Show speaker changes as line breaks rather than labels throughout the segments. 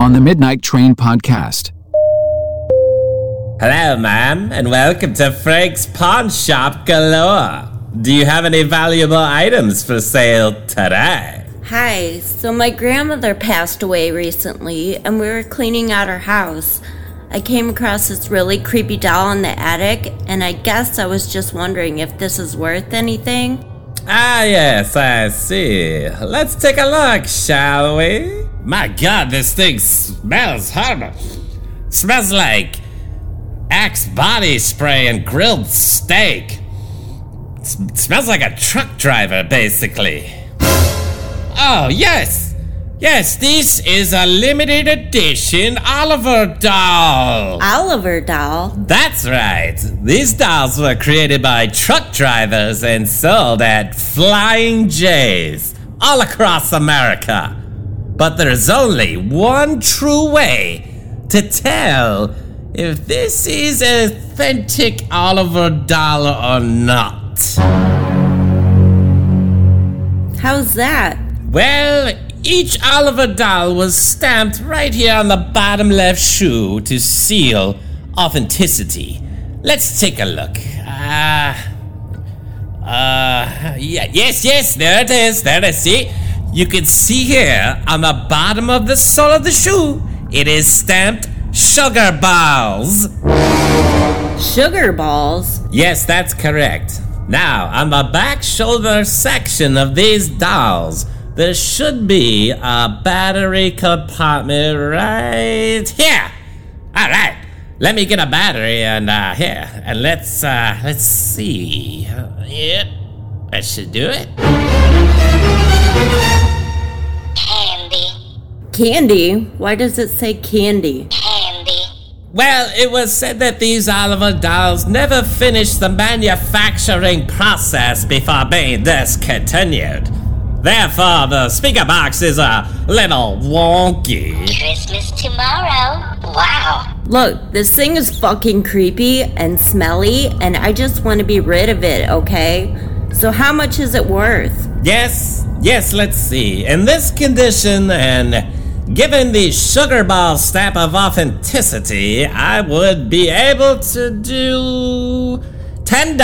on the Midnight Train podcast.
Hello, ma'am, and welcome to Frank's Pawn Shop Galore. Do you have any valuable items for sale today?
Hi, so my grandmother passed away recently, and we were cleaning out her house. I came across this really creepy doll in the attic, and I guess I was just wondering if this is worth anything.
Ah, yes, I see. Let's take a look, shall we? My god, this thing smells horrible. Smells like Axe body spray and grilled steak. S- smells like a truck driver, basically. Oh, yes! Yes, this is a limited edition Oliver doll!
Oliver doll?
That's right. These dolls were created by truck drivers and sold at Flying J's all across America. But there's only one true way to tell if this is an authentic Oliver doll or not.
How's that?
Well, each Oliver doll was stamped right here on the bottom left shoe to seal authenticity. Let's take a look. Ah. Uh, yeah, yes, yes, there it is, there it is. See? You can see here on the bottom of the sole of the shoe, it is stamped sugar balls.
Sugar balls?
Yes, that's correct. Now, on the back shoulder section of these dolls, there should be a battery compartment right here. All right, let me get a battery and uh, here, and let's uh, let's see. Yep, that should do it.
Candy,
Candy? Why does it say candy?
candy,
Well, it was said that these Oliver dolls never finished the manufacturing process before being discontinued. Therefore, the speaker box is a little wonky.
Christmas tomorrow. Wow,
Look, this thing is fucking creepy and smelly, and I just want to be rid of it, okay? So, how much is it worth?
Yes, yes, let's see. In this condition, and given the sugar ball stamp of authenticity, I would be able to do $10.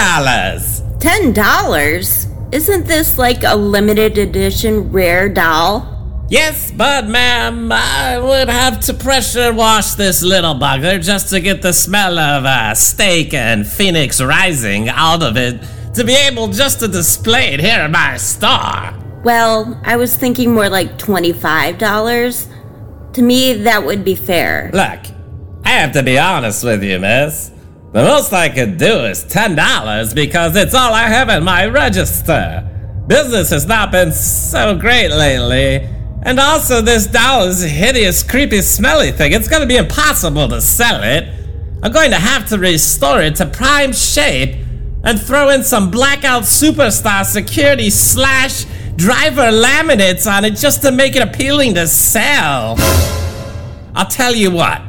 $10? Isn't this like a limited edition rare doll?
Yes, but ma'am, I would have to pressure wash this little bugger just to get the smell of uh, steak and phoenix rising out of it to be able just to display it here in my store.
Well, I was thinking more like $25. To me, that would be fair.
Look, I have to be honest with you, miss. The most I could do is $10 because it's all I have in my register. Business has not been so great lately. And also, this doll is a hideous, creepy, smelly thing. It's gonna be impossible to sell it. I'm going to have to restore it to prime shape and throw in some blackout superstar security slash driver laminates on it just to make it appealing to sell. I'll tell you what.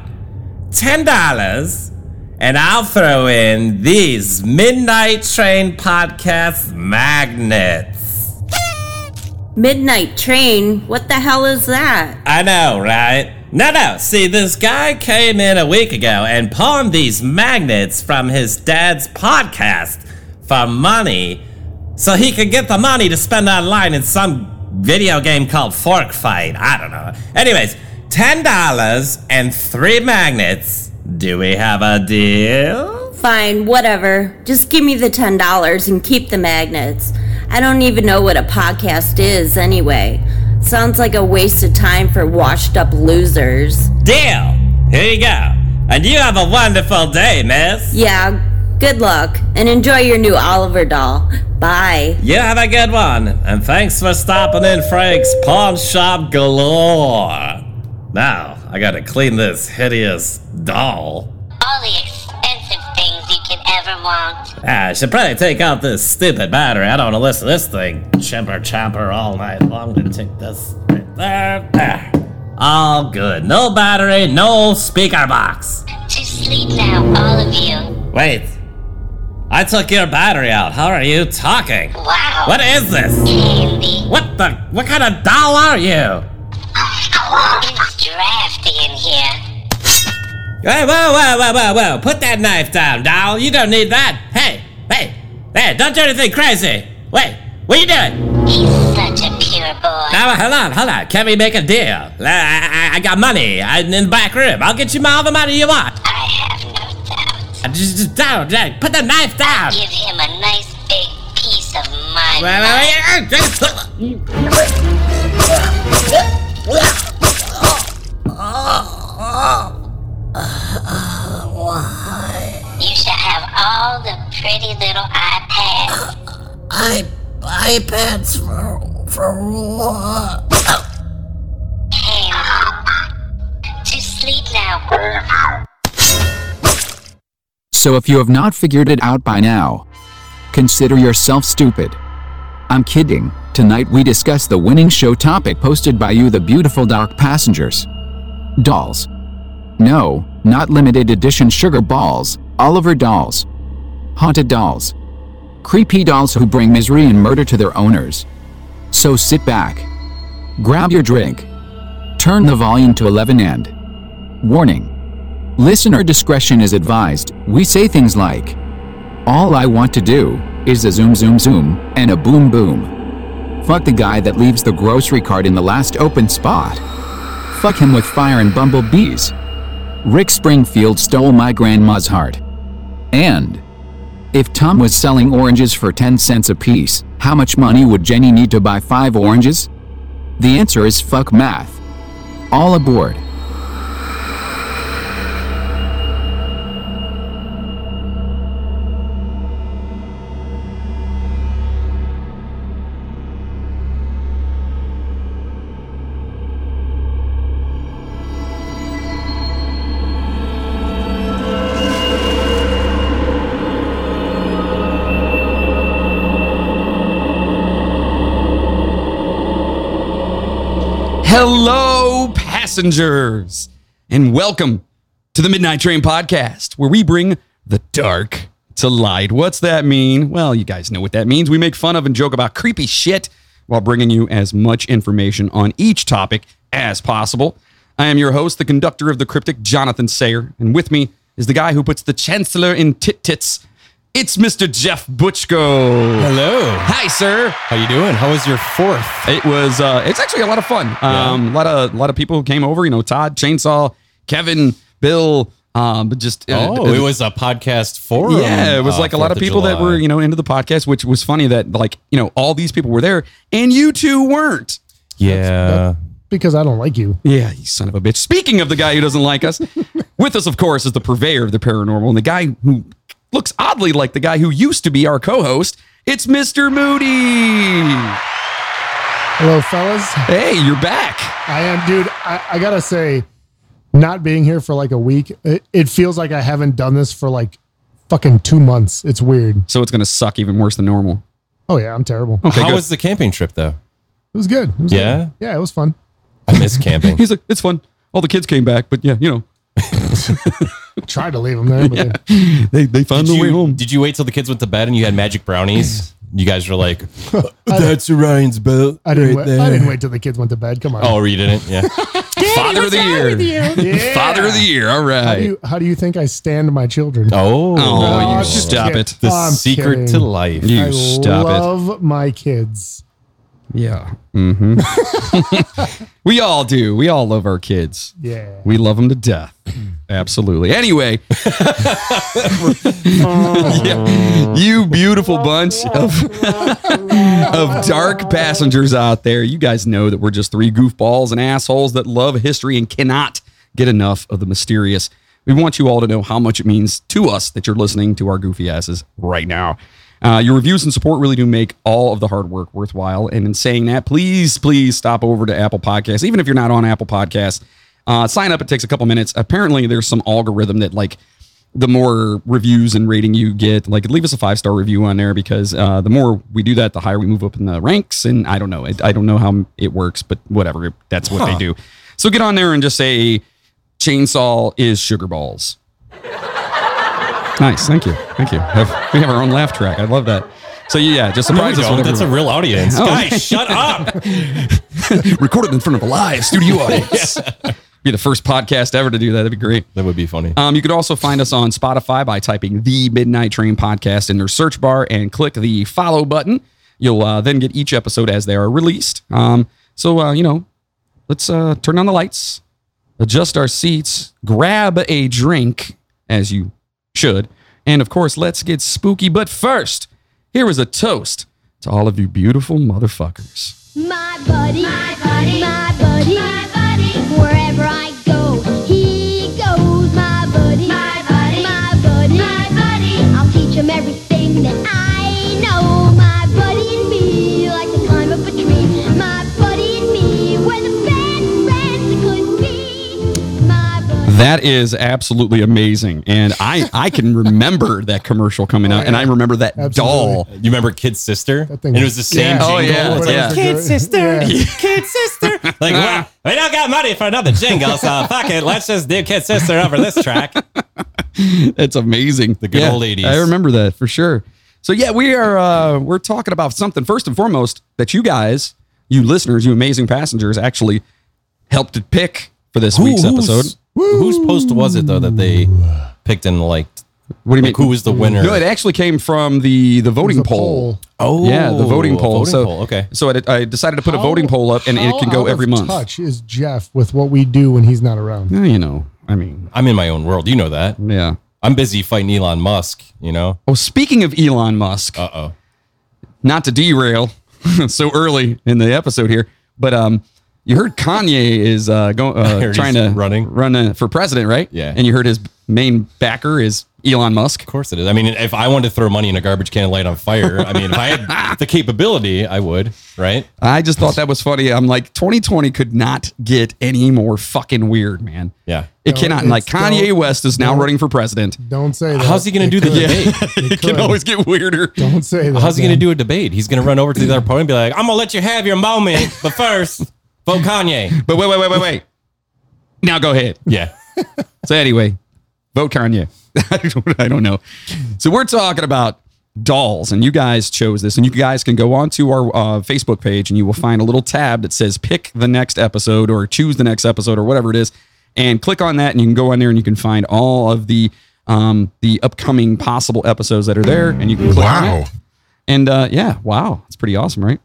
Ten dollars, and I'll throw in these Midnight Train Podcast magnets.
Midnight Train? What the hell is that?
I know, right? No, no. See, this guy came in a week ago and pawned these magnets from his dad's podcast for money so he could get the money to spend online in some video game called Fork Fight. I don't know. Anyways, $10 and three magnets. Do we have a deal?
Fine, whatever. Just give me the $10 and keep the magnets. I don't even know what a podcast is anyway. Sounds like a waste of time for washed up losers.
Deal! Here you go. And you have a wonderful day, miss.
Yeah, good luck and enjoy your new Oliver doll. Bye.
You have a good one, and thanks for stopping in Frank's Pawn Shop Galore. Now, I gotta clean this hideous doll.
all the expensive things you can ever want.
Ah, I should probably take out this stupid battery. I don't wanna listen to this thing chimper chomper all night long. I'm gonna take this right there. there. All good. No battery, no speaker box.
To sleep now, all of you.
Wait. I took your battery out. How are you talking?
Wow,
What is this?
candy.
What the? What kind of doll are you?
Oh, It's drafty in here.
Hey, whoa, whoa, whoa, whoa, whoa. Put that knife down, doll. You don't need that. Hey, hey, hey, don't do anything crazy. Wait, what are you doing?
He's such a pure boy.
Now, hold on, hold on. Can we make a deal? Uh, I, I, I got money I, in the back room. I'll get you all the money you want.
I have no doubt.
Uh, Just, just down, down. Put the knife down.
Give him a nice big piece of my
Wait,
mind.
wait, wait, uh, just-
Oh. You shall have all the pretty little iPads.
I iPads for for what?
Hey, to sleep now.
So if you have not figured it out by now, consider yourself stupid. I'm kidding. Tonight we discuss the winning show topic posted by you, the beautiful dark passengers. Dolls. No, not limited edition sugar balls, Oliver dolls. Haunted dolls. Creepy dolls who bring misery and murder to their owners. So sit back, grab your drink, turn the volume to 11 and. Warning. Listener discretion is advised. We say things like, All I want to do is a zoom zoom zoom and a boom boom. Fuck the guy that leaves the grocery cart in the last open spot. Fuck him with fire and bumblebees. Rick Springfield stole my grandma's heart. And if Tom was selling oranges for 10 cents apiece, how much money would Jenny need to buy five oranges? The answer is fuck math. All aboard.
Hello, passengers, and welcome to the Midnight Train Podcast, where we bring the dark to light. What's that mean? Well, you guys know what that means. We make fun of and joke about creepy shit while bringing you as much information on each topic as possible. I am your host, the conductor of the cryptic, Jonathan Sayer, and with me is the guy who puts the chancellor in tit tits. It's Mr. Jeff Butchko.
Hello.
Hi, sir.
How you doing? How was your fourth?
It was. Uh, it's actually a lot of fun. Um, A lot of a lot of people came over. You know, Todd, Chainsaw, Kevin, Bill. Um, but just uh,
Oh, it was a podcast forum.
Yeah, it was
uh,
like a lot
Fourth
of people that
July.
were you know into the podcast, which was funny that like you know all these people were there and you two weren't.
Yeah.
because I don't like you.
Yeah, you son of a bitch. Speaking of the guy who doesn't like us, with us of course is the purveyor of the paranormal and the guy who looks oddly like the guy who used to be our co-host. It's Mr. Moody.
Hello, fellas.
Hey, you're back.
I am, dude. I, I gotta say, not being here for like a week, it, it feels like I haven't done this for like fucking two months. It's weird.
So it's gonna suck even worse than normal.
Oh yeah, I'm terrible.
How
good.
was the camping trip though?
It was good. It was
Yeah?
good. yeah, it was fun.
I miss camping.
He's like, it's fun. All the kids came back, but yeah, you know,
Tried to leave them there, but they-
they, they found
Did
their way
you,
home.
did you wait till the kids went to bed and you had magic brownies? You guys were like, "That's Orion's boat."
I didn't. wait, I didn't wait till the kids went to bed. Come on.
Oh, you didn't? Yeah.
Father of the year.
Yeah.
Father of the year. All
How do
right.
you, how do you think I stand my children?
Oh,
Oh,
Oh,
you
I'm just
stop
kidding.
it.
the
I'm
secret to
kidding.
life.
You
I
stop it.
love my kids.
Yeah. hmm Mm-hmm. we all do. We all love our kids.
Yeah.
We love them to death. Absolutely. Anyway, Yeah. you beautiful bunch of, of dark passengers out there. You guys know that we're just three goofballs and assholes that love history and cannot get enough of the mysterious. We want you all to know how much it means to us that you're listening to our goofy asses right now. Uh, your reviews and support really do make all of the hard work worthwhile. And in saying that, please, please stop over to Apple Podcasts, even if you're not on Apple Podcasts. Uh, sign up. It takes a couple minutes. Apparently, there's some algorithm that like the more reviews and rating you get, like leave us a five star review on there because uh, the more we do that, the higher we move up in the ranks. And I don't know, I, I don't know how it works, but whatever, that's what they do. So get on there and just say chainsaw is sugar balls. Nice. Thank you. Thank you. Have- we have our own laugh track. I love that. So yeah, just
No, we
surprise us.
don't.
with
That's a
everyone.
real audience.
Oh.
Guys, shut up.
recorded in front of a live studio audience. Be the first podcast ever to do that. That'd be great.
That would be funny.
Um, you could also find us on Spotify by typing the Midnight Train Podcast in their search bar and click the follow button. You'll uh, then get each episode as they are released. Um, so, uh, you know, let's uh, turn on the lights, adjust our seats, grab a drink, as you should. And of course, let's get spooky. But first, here is a toast to all of you beautiful motherfuckers.
My buddy, my buddy, my buddy, my buddy. Wherever I go, he goes. My buddy, my buddy, my buddy, my buddy. I'll teach him everything that I know. My buddy and me like to climb up a tree. My buddy and me, we're the best friends that could be. My buddy.
That is absolutely amazing, and I I can remember that commercial coming out, and I remember that
Oh, Absolutely.
doll.
you remember Kid Sister?
That thing
and it
was-
was the same
Yeah.
jingle.
Oh, yeah.
It's
Whatever
like,
Yeah.
they're
Kid
doing.
Sister,
Yeah.
Kid Sister. Like, well, we don't got money for another jingle, so fuck it. Let's just do Kid Sister over this track.
That's amazing. The
good old 80s.
I remember that for sure. So yeah, we are uh, we're talking about something first and foremost that you guys, you listeners, you amazing passengers, actually helped to pick for this week's episode.
Whose post was it though that they picked and liked?
What do you mean?
Like, who was the winner?
No, it actually came from the the voting
The
poll.
poll.
Oh,
Yeah, the voting
a
poll. so
okay.
so I, I decided to put a voting poll up, and it
How
can go
out of
every month.
Touch is Jeff with what we do when he's not around.
Yeah, You know, I mean,
I'm in my own world. You know that.
yeah.
I'm busy fighting Elon Musk. You know.
Oh, speaking of Elon Musk,
Uh oh.
not to derail so early in the episode here, but um, you heard Kanye is uh, going uh,
heard
trying
he's
to
running.
run uh, for president, right?
Yeah.
And you heard his main backer is Elon Musk.
Of course it is. I mean, if I wanted to throw money in a garbage can and light on fire, I mean, if I had the capability, I would. Right.
I just thought that was funny. I'm like, 2020 could not get any more fucking weird, man.
Yeah.
It
No,
cannot. Like
it's-
Kanye
don't-
West is now running for president.
Don't say that.
How's he going
It
to do the
could.
debate?
it can
could.
always get weirder.
Don't say that.
How's he going to
man.
do a debate? He's going to run over to the other opponent and be like, I'm going to let you have your moment, but first, vote Kanye.
But wait, wait, wait, wait, wait. now go ahead.
Yeah.
So anyway, vote Kanye. I don't- I don't know. So we're talking about dolls, and you guys chose this, and you guys can go onto our uh, Facebook page, and you will find a little tab that says "Pick the next episode" or "Choose the next episode" or whatever it is, and click on that, and you can go on there, and you can find all of the um, the upcoming possible episodes that are there, and you can click on it. And uh, yeah, wow, it's pretty awesome, right?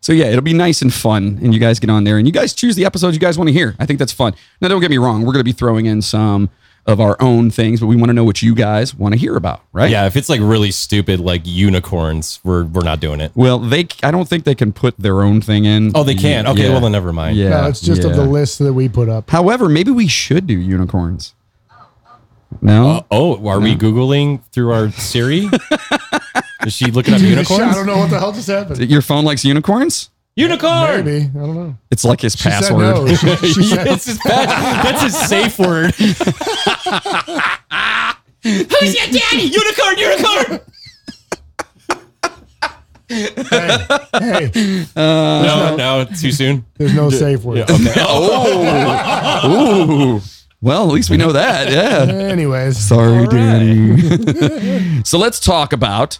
So yeah, it'll be nice and fun, and you guys get on there and you guys choose the episodes you guys want to hear. I think that's fun. Now, don't get me wrong, we're going to be throwing in some of our own things, but we want to know what you guys want to hear about, right?
Yeah. If it's like really stupid, like unicorns, we're, we're not doing it.
Well, they, I don't think they can put their own thing in.
Oh, they can. Okay.
Yeah.
Well, then never mind.
yeah,
No, it's just of
yeah.
the list that we put up.
However, maybe we should do unicorns. No,
Oh, are we Googling through our Siri? Is she looking up
I
unicorns?
don't know what the hell just happened.
your phone likes unicorns.
Unicorn!
Maybe I don't know.
It's like his
She
password.
Said no. She, she said,
It's his bad. That's his safe word. Who's your daddy? Unicorn, unicorn.
hey, hey,
Uh,
No, no, too soon. Oh.
there's no safe word.
Ooh. Well, at Oh, least we know that. Yeah.
Anyways,
Sorry, Danny. so let's talk about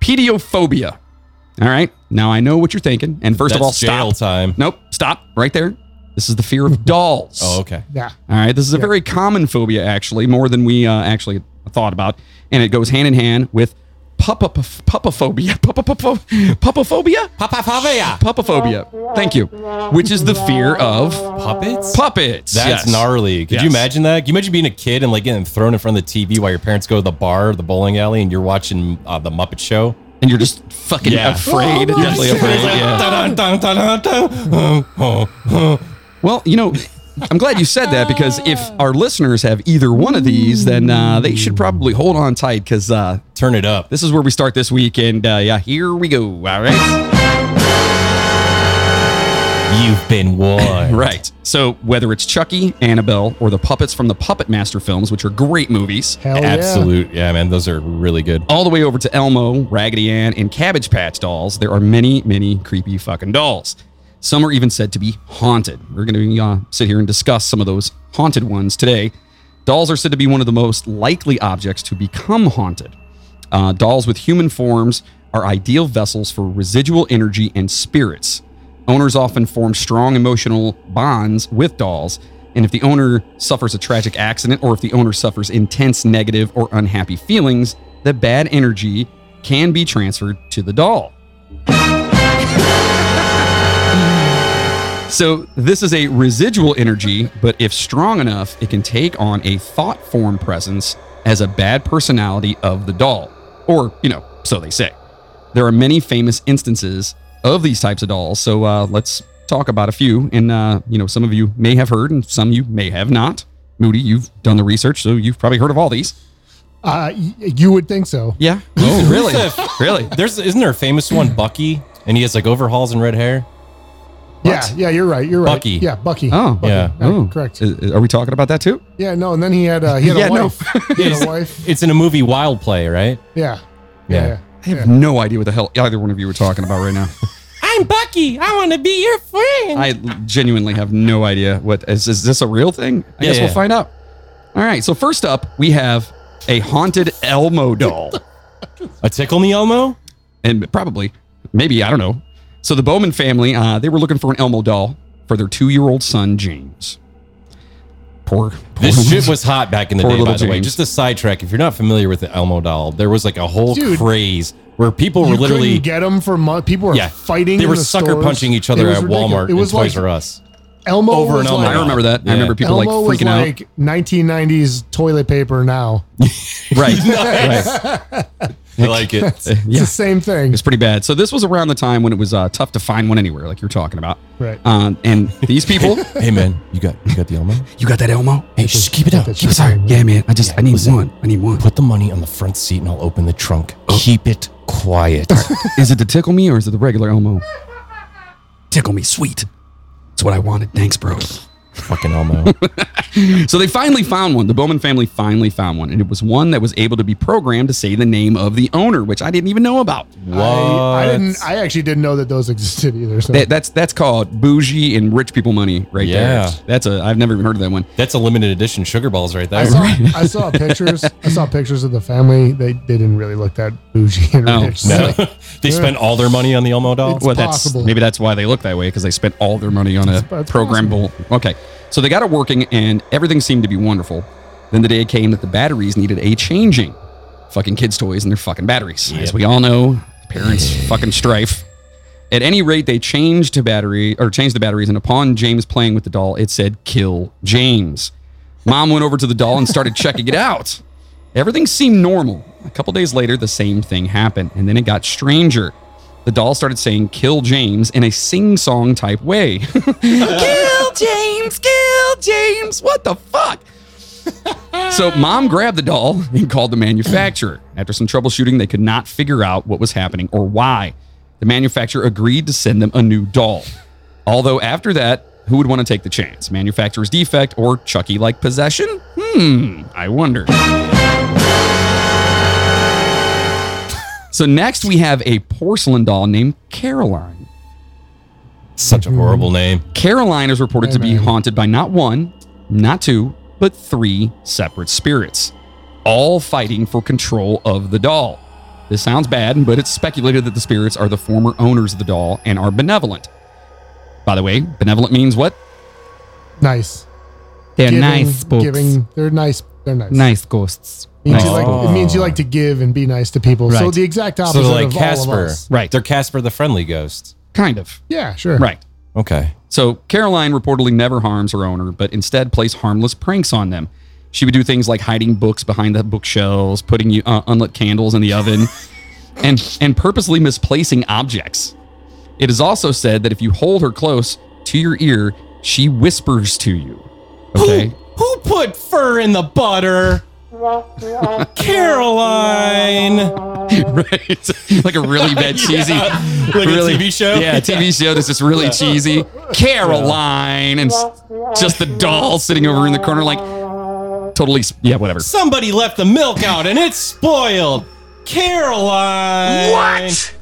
pediophobia. All right. Now I know what you're thinking. And first
That's
of all,
jail
stop.
time.
Nope. Stop right there. This is the fear of dolls.
Oh, okay.
yeah.
All right. This is a very common phobia, actually, more than we uh, actually thought about. And it goes hand in hand with puppa puppaphobia. Puppa puppaphobia?
Papa Favia.
Puppaphobia. Thank you. Which is the fear of
Puppets?
puppets.
That's
Yes.
gnarly. Could you
Yes.
imagine that? Can you imagine being a kid and like getting thrown in front of the TV while your parents go to the bar or the bowling alley and you're watching uh, the Muppet Show?
And you're just fucking
Yeah.
afraid. deathly afraid. Yeah.
Dun, dun, dun, dun, dun. Oh, oh.
Well, you know, I'm glad you said that because if our listeners have either one of these, then uh, they should probably hold on tight because uh,
Turn it up.
this is where we start this week. And uh, yeah, here we go. All right.
You've been warned.
Right. So whether it's Chucky, Annabelle, or the puppets from the Puppet Master films, which are great movies,
Hell
Absolute. Yeah, man. Those are really good.
all the way over to Elmo, Raggedy Ann, and Cabbage Patch dolls, there are many, many creepy fucking dolls. Some are even said to be haunted. We're going to uh, sit here and discuss some of those haunted ones today. Dolls are said to be one of the most likely objects to become haunted. Uh, dolls with human forms are ideal vessels for residual energy and spirits. Owners often form strong emotional bonds with dolls, and if the owner suffers a tragic accident or if the owner suffers intense negative or unhappy feelings, the bad energy can be transferred to the doll. So this is a residual energy, but if strong enough, it can take on a thought form presence as a bad personality of the doll. Or, you know, so they say. There are many famous instances of these types of dolls. So uh, let's talk about a few. And, uh, you know, some of you may have heard and some you may have not. Moody, you've done the research, so you've probably heard of all these.
Uh, y- you would think so.
Yeah. Oh, really? really?
There's isn't there a famous one, Bucky, and he has like overalls and red hair.
What?
Yeah, yeah, you're right. You're right.
Bucky.
Yeah, Bucky.
Oh,
Bucky.
yeah.
Oh.
correct.
Is- Are we talking about that too?
Yeah, no, and then he had uh, he had
Yeah,
a
no.
wife. He had a wife.
It's in a movie, Wild Play, right?
Yeah.
Yeah.
Yeah.
I have no idea what the hell either one of you were talking about right now.
I'm Bucky. I want to be your friend.
I genuinely have no idea what is is this a real thing? I
Yeah,
guess we'll
yeah.
find out. All right, so first up, we have a haunted Elmo doll.
A tickle me Elmo.
and probably, maybe, I don't know. So the Bowman family, uh, they were looking for an Elmo doll for their two-year-old son, James. Poor, poor
This shit was hot back in the
Poor
day, by
little
the way.
James.
Just a sidetrack. If you're not familiar with the Elmo doll, there was like a whole
Dude,
craze where people were
You
literally
couldn't get them for months. People were
yeah
fighting.
They
in
were
the
sucker
stores.
punching each
It
other
was
at
ridiculous.
Walmart
It was
and
like
Toys R Us.
Elmo
Over
was
and over.
like-
I remember that.
Yeah.
I remember people
Elmo
like
was
freaking
like 1990s toilet paper. Now
out. Right. right.
I like it.
it's the same thing.
It's pretty bad. So this was around the time when it was uh, tough to find one anywhere, like you're talking about.
Right.
Um, and these people,
hey man, you got you got the Elmo.
you got that Elmo? Hey,
Just keep it up.
That's
I'm
the
sorry.
thing.
Yeah, man. I just I need one. I need one.
Put the money on the front seat and I'll open the trunk. Keep it quiet.
Oh. Is it the tickle me or is it the regular Elmo? Tickle me, sweet. That's what I wanted. Thanks, bro.
Fucking Elmo.
So they finally found one. The Bowman family finally found one, and it was one that was able to be programmed to say the name of the owner, which I didn't even know about.
What?
I, I didn't. I actually didn't know that those existed either. So
That, that's that's called bougie and rich people money, right
Yeah.
there. That's a I've never even heard of that one. Oh.
That's a limited edition sugar balls right
I
there.
saw, I saw pictures. I saw pictures of the family. They, they didn't really look that bougie and
Oh,
rich.
No.
So,
they spent all their money on the Elmo doll.
It's
well,
possible.
that's maybe that's why they look that way because they spent all their money on a
It's- it's
programmable. Okay, so they got it working, and everything seemed to be wonderful. Then the day came that the batteries needed a changing. Fucking kids' toys and their fucking batteries, as
Yep.
we all know. Parents fucking strife. At any rate, they changed to battery or changed the batteries, and upon James playing with the doll, it said "Kill James." Mom went over to the doll and started checking it out. Everything seemed normal. A couple days later, the same thing happened, and then it got stranger. The doll started saying "Kill James" in a sing-song type way. kill James, kill James. What the fuck? so mom grabbed the doll and called the manufacturer. After some troubleshooting, they could not figure out what was happening or why. The manufacturer agreed to send them a new doll. Although after that, who would want to take the chance? Manufacturer's defect or Chucky like possession? Hmm, I wonder. So next we have a porcelain doll named Caroline.
Such a horrible name.
Caroline is reported to be
Amen.
haunted by not one, not two, but three separate spirits, all fighting for control of the doll. This sounds bad, but it's speculated that the spirits are the former owners of the doll and are benevolent. By the way, benevolent means what?
nice.
They're
Giving- Giving. They're nice. They're nice.
Nice ghosts.
Means you
Nice.
like, it means you like to give and be nice to people. So
Oh. Right.
the exact opposite
So they're like
of all of
Casper.
us.
Right.
They're Casper the Friendly Ghost.
Kind of.
Yeah, sure.
Right.
Okay.
So Caroline reportedly never harms her owner, but instead plays harmless pranks on them. She would do things like hiding books behind the bookshelves, putting you- uh, unlit candles in the oven, and and purposely misplacing objects. It is also said that if you hold her close to your ear, she whispers to you. Okay.
Who put fur in the butter? Caroline.
right. like a really bad cheesy
Like a TV show?
Yeah, TV show that's just really cheesy. Caroline and s- just the doll sitting over in the corner like totally s- yeah, whatever.
Somebody left the milk out and it's spoiled. Caroline. What?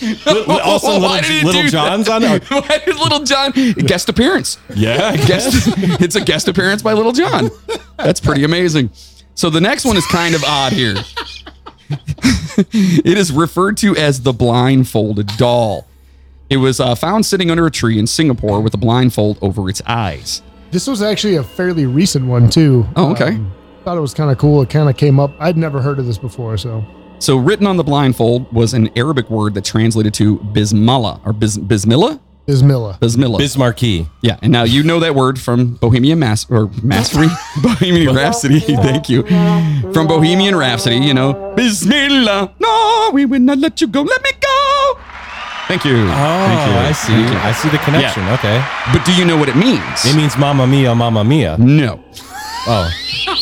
Li- li- also,
Why
Little,
did he
Little
do
John's
that?
on there.
Why did Little John guest appearance?
Yeah,
guest it's a guest appearance by little john that's pretty amazing so the next one is kind of odd here it is referred to as the blindfolded doll it was uh, found sitting under a tree in singapore with a blindfold over its eyes
This was actually a fairly recent one too. Um,
Oh, okay.
thought it was kind of cool. It kind of came up. I'd never heard of this before, so
so written on the blindfold was an arabic word that translated to bismillah or bis- bismillah
Ismilla.
bismillah
Bismarcky.
Yeah, and now you know that word from Bohemian Mas or Mastery, Bohemian Rhapsody. Thank you, from Bohemian Rhapsody. You know, Bismillah. No, we will not let you go. Let me go. Thank you.
Oh, I see.
Thank you.
I see the connection. Okay.
But do you know what it means?
It means Mamma Mia, Mamma Mia.
no.
Oh,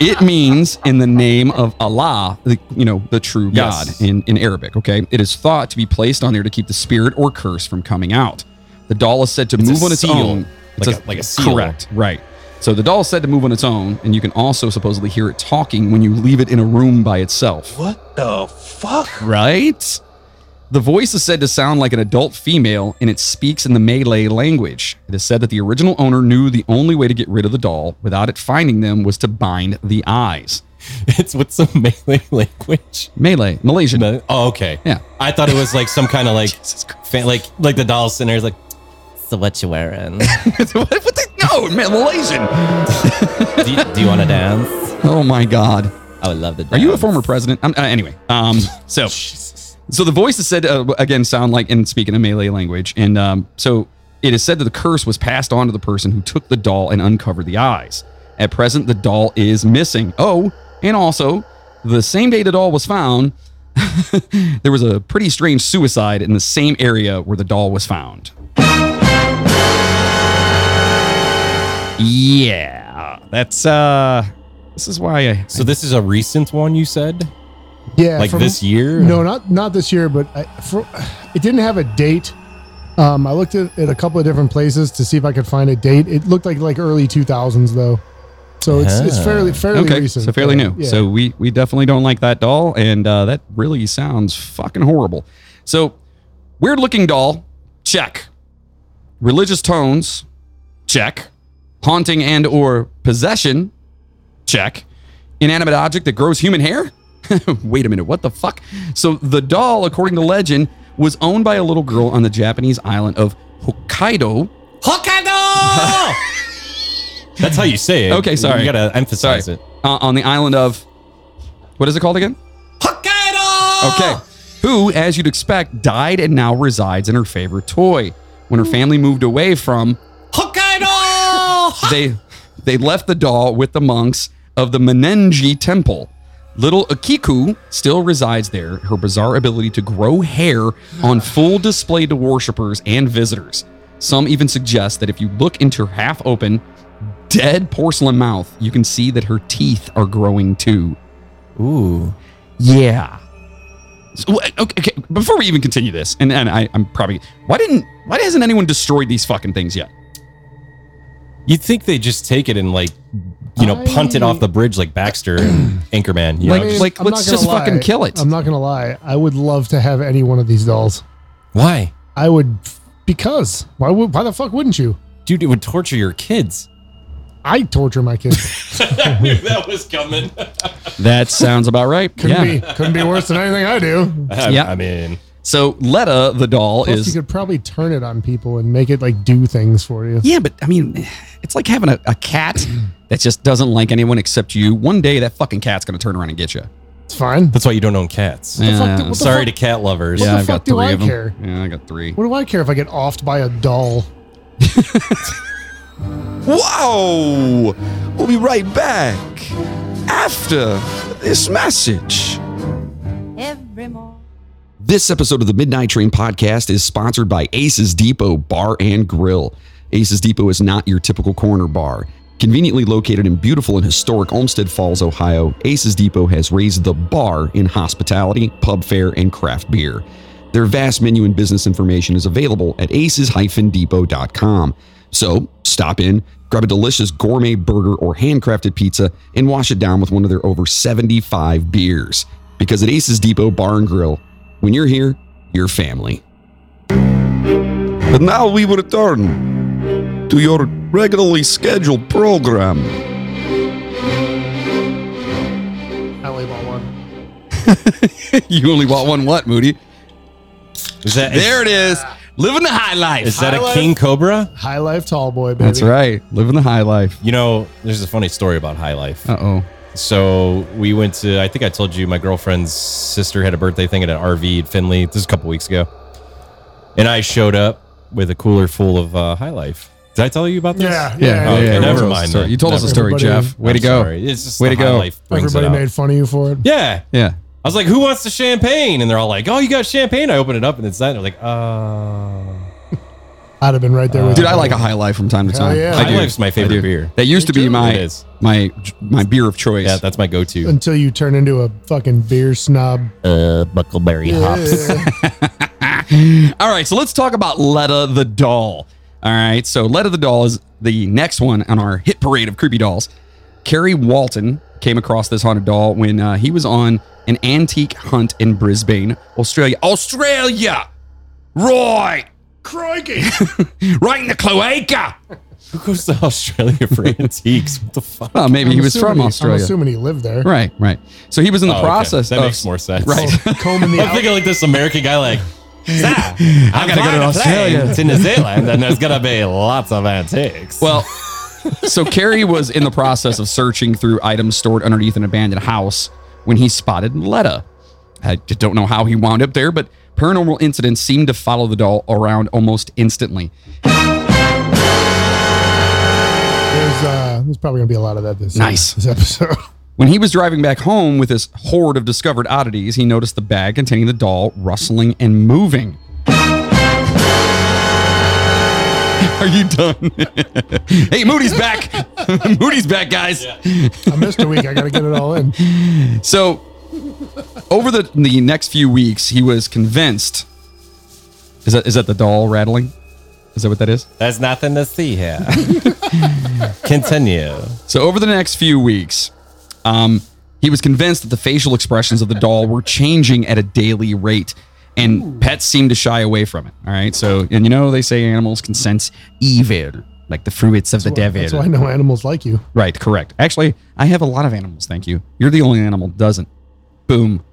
It means in the name of Allah, the, you know, the true
Yes.
God in, in Arabic. Okay, it is thought to be placed on there to keep the spirit or curse from coming out. The doll is said to
It's a
move on its
seal.
own.
Like a- like a seal.
Correct. Right. So the doll is said to move on its own, and you can also supposedly hear it talking when you leave it in a room by itself.
What the fuck?
Right. The voice is said to sound like an adult female, and it speaks in the Malay language. It is said that the original owner knew the only way to get rid of the doll without it finding them was to bind the eyes.
it's what's the Malay language?
Malay, Malaysian.
No. Oh, okay.
Yeah.
I thought it was like some kind of like, fan, like, like the doll sitting there is like, so what you wearing? do,
what, what the, no, Ma- Malaysian.
you- do you want to dance?
Oh my God.
I would love to. Dance.
Are you a former president? Um, uh, anyway, um, so so the voice is said uh, again sound like and speak in a Malay language, and um, so it is said that the curse was passed on to the person who took the doll and uncovered the eyes. At present, the doll is missing. Oh, and also, the same day the doll was found, there was a pretty strange suicide in the same area where the doll was found. Yeah, that's uh, this is why I
So this is a recent one you said,
Yeah,
like
from-
this year?
No, not not this year, but I, for, it didn't have a date. Um, I looked at, at a couple of different places to see if I could find a date. It looked like like early two thousands though, so it's
Ah.
it's fairly fairly
Ah. okay,
recent.
so fairly
but,
new.
yeah.
So we we definitely don't like that doll, and uh, that really sounds fucking horrible. So weird looking doll, check. Religious tones, check. Haunting and or possession, check. Inanimate object that grows human hair. Wait a minute, what the fuck? So the doll, according to legend, was owned by a little girl on the Japanese island of Hokkaido.
Hokkaido. That's how you say it.
Okay, sorry.
You gotta
Sorry,
emphasize it.
uh, on the island of what is it called again?
Hokkaido.
Okay. Who, as you'd expect, died and now resides in her favorite toy. When her family moved away from,
Hokkaido.
they they left the doll with the monks of the Menenji Temple. Little Akiku still resides there, her bizarre ability to grow hair on full display to worshippers and visitors. Some even suggest that if you look into her half open, dead porcelain mouth, you can see that her teeth are growing too.
Ooh.
Yeah. So, wha- okay, okay, before we even continue this, and, and I, I'm probably why didn't why hasn't anyone destroyed these fucking things yet?
You'd think they just take it and like, you know, punt it off the bridge like Baxter and Anchorman. You
Like-
know, just-
like-
I'm not
let's
gonna
just fucking kill it.
I'm not gonna lie. I would love to have any one of these dolls.
why,
I would because why would why the fuck wouldn't you?
dude? It would torture your kids.
I torture my kids.
I knew that was coming.
That sounds about right.
Couldn't be couldn't be worse than anything I do.
Yeah.
I mean,
So Letta the doll
Plus, you
is
could probably turn it on people and make it like do things for you.
yeah, but I mean, it's like having a, a cat that just doesn't like anyone except you. One day that fucking cat's gonna turn around and get you.
It's fine.
that's why you don't own cats.
Yeah,
fuck do- what the
Sorry
fuck-
to cat lovers.
the fuck do I care?
Yeah, I got three.
What do I care if I get offed by a doll?
Wow! We'll be right back after this message.
Every morning.
This episode of the Midnight Train podcast is sponsored by Aces Depot Bar and Grill. Aces Depot is not your typical corner bar. Conveniently located in beautiful and historic Olmsted Falls, Ohio, Aces Depot has raised the bar in hospitality, pub fare, and craft beer. Their vast menu and business information is available at aces-depot.com. So stop in, grab a delicious gourmet burger or handcrafted pizza, and wash it down with one of their over 75 beers. Because at Aces Depot Bar and Grill, when you're here, your family.
But now we return to your regularly scheduled program.
I only bought one.
you only bought one what, Moody?
Is that,
There it is. Living the high life.
is that a king cobra?
High life tall boy, baby.
That's right. Living the high life.
You know, there's a funny story about High Life.
Uh oh.
So we went to, I think I told you my girlfriend's sister had a birthday thing at an RV at Finley. This is a couple weeks ago. And I showed up with a cooler full of uh, High Life. Did I tell you about this?
Yeah, yeah.
Yeah,
Okay,
yeah, yeah.
never
You told us
mind
a story.
then.
You told us a
Never
story,
mind.
Jeff. Way
I'm
to go.
sorry. It's just
Way
the
to
High
go.
Life brings
Everybody
it
made
out.
fun of you for it.
Yeah.
Yeah.
I was like, who wants the champagne? And they're all like, oh, you got champagne. I open it up and it's that. And I'm like, uh.
I'd have been right there with
Dude,
you.
I like a high life from time to
Hell
time.
Oh, yeah.
I
High
do.
Life's my
I
favorite
do.
beer.
That used to be
It
my
is.
my my beer of choice.
Yeah, that's my go to.
Until you turn into a fucking beer snob.
Uh, Buckleberry hops.
Yeah.
All right, so let's talk about Letta the doll. All right, so Letta the doll is the next one on our hit parade of creepy dolls. Kerry Walton came across this haunted doll when uh, he was on an antique hunt in Brisbane, Australia. Australia, right, crikey, right in the cloaca.
who goes to Australia for antiques? What the fuck?
Well, maybe he was from
Assuming- I'm
Australia.
assuming he lived there.
Right, right. So he was in the
Oh, okay.
process.
That
of-
makes more sense.
Right.
Combing the
I'm
out-
thinking like this American guy, like, "Zach, I'm
gotta go
flying
to
a plane
Australia."
to New Zealand, and there's gonna be lots of antiques.
Well, so Carrie was in the process of searching through items stored underneath an abandoned house when he spotted Letta. I just don't know how he wound up there, but paranormal incidents seemed to follow the doll around almost instantly.
There's, uh, there's probably going to be a lot of that this, uh,
Nice.
this episode.
When he was driving back home with his hoard of discovered oddities, he noticed the bag containing the doll rustling and moving. Are you done? hey, Moody's back. Moody's back, guys.
I missed a week. I got to get it all in.
So, over the the next few weeks, he was convinced. Is that is that the doll rattling? Is that what that is?
there's nothing to see here. Continue.
So over the next few weeks, um, he was convinced that the facial expressions of the doll were changing at a daily rate, and pets seemed to shy away from it. All right. So, and you know they say animals can sense evil, like the fruits of the devil.
That's why I know animals like you.
Right, correct. Actually, I have a lot of animals. Thank you. You're the only animal that doesn't. Boom.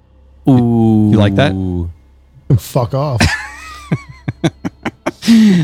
Ooh. You like that?
Fuck off.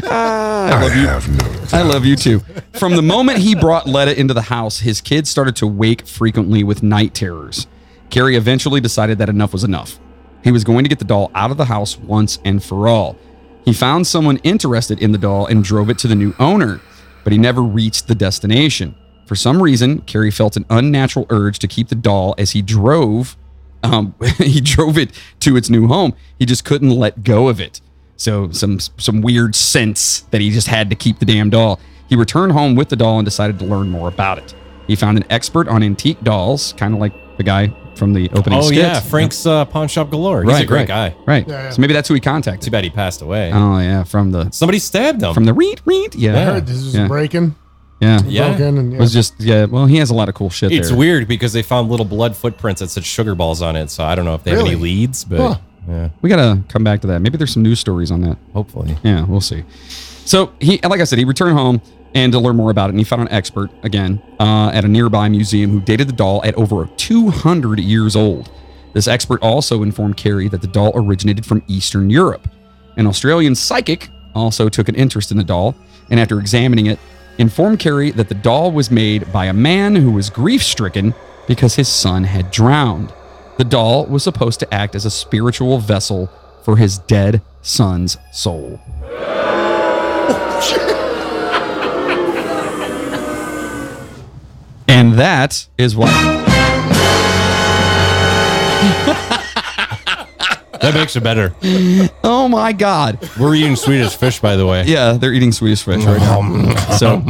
Ah.
I have no.
I love you too. From the moment he brought Letta into the house, his kids started to wake frequently with night terrors. Carrie eventually decided that enough was enough. He was going to get the doll out of the house once and for all. He found someone interested in the doll and drove it to the new owner, but he never reached the destination. For some reason, Carrie felt an unnatural urge to keep the doll as he drove. Um, he drove it to its new home. He just couldn't let go of it. So some some weird sense that he just had to keep the damn doll. He returned home with the doll and decided to learn more about it. He found an expert on antique dolls, kind of like the guy from the opening.
Oh
skit.
yeah, Frank's uh, pawn shop galore. He's a
Right,
great
right.
guy.
Right.
Yeah, yeah.
So maybe that's who he
Too
contacted.
bad he passed away.
Oh yeah, from the
Somebody stabbed him.
from the reed reed. Yeah.
I heard this is
Yeah.
breaking.
Yeah.
Yeah.
Broken and, yeah.
It was just yeah. Well, he has a lot of cool shit.
it's
there.
weird because they found little blood footprints that said sugar balls on it. So I don't know if they have any
Really?
leads, but
Huh.
yeah,
We gotta come back to that. Maybe there's some news stories on that.
hopefully.
Yeah, we'll see. So he, like I said, he returned home and to learn more about it, and he found an expert again uh, at a nearby museum who dated the doll at over 200 years old. This expert also informed Carrie that the doll originated from Eastern Europe. An Australian psychic also took an interest in the doll, and after examining it, informed Carrie that the doll was made by a man who was grief-stricken because his son had drowned. The doll was supposed to act as a spiritual vessel for his dead son's soul. And that is why.
That makes it better.
Oh my God.
We're eating Swedish fish, by the way.
Yeah, they're eating Swedish fish right now. So,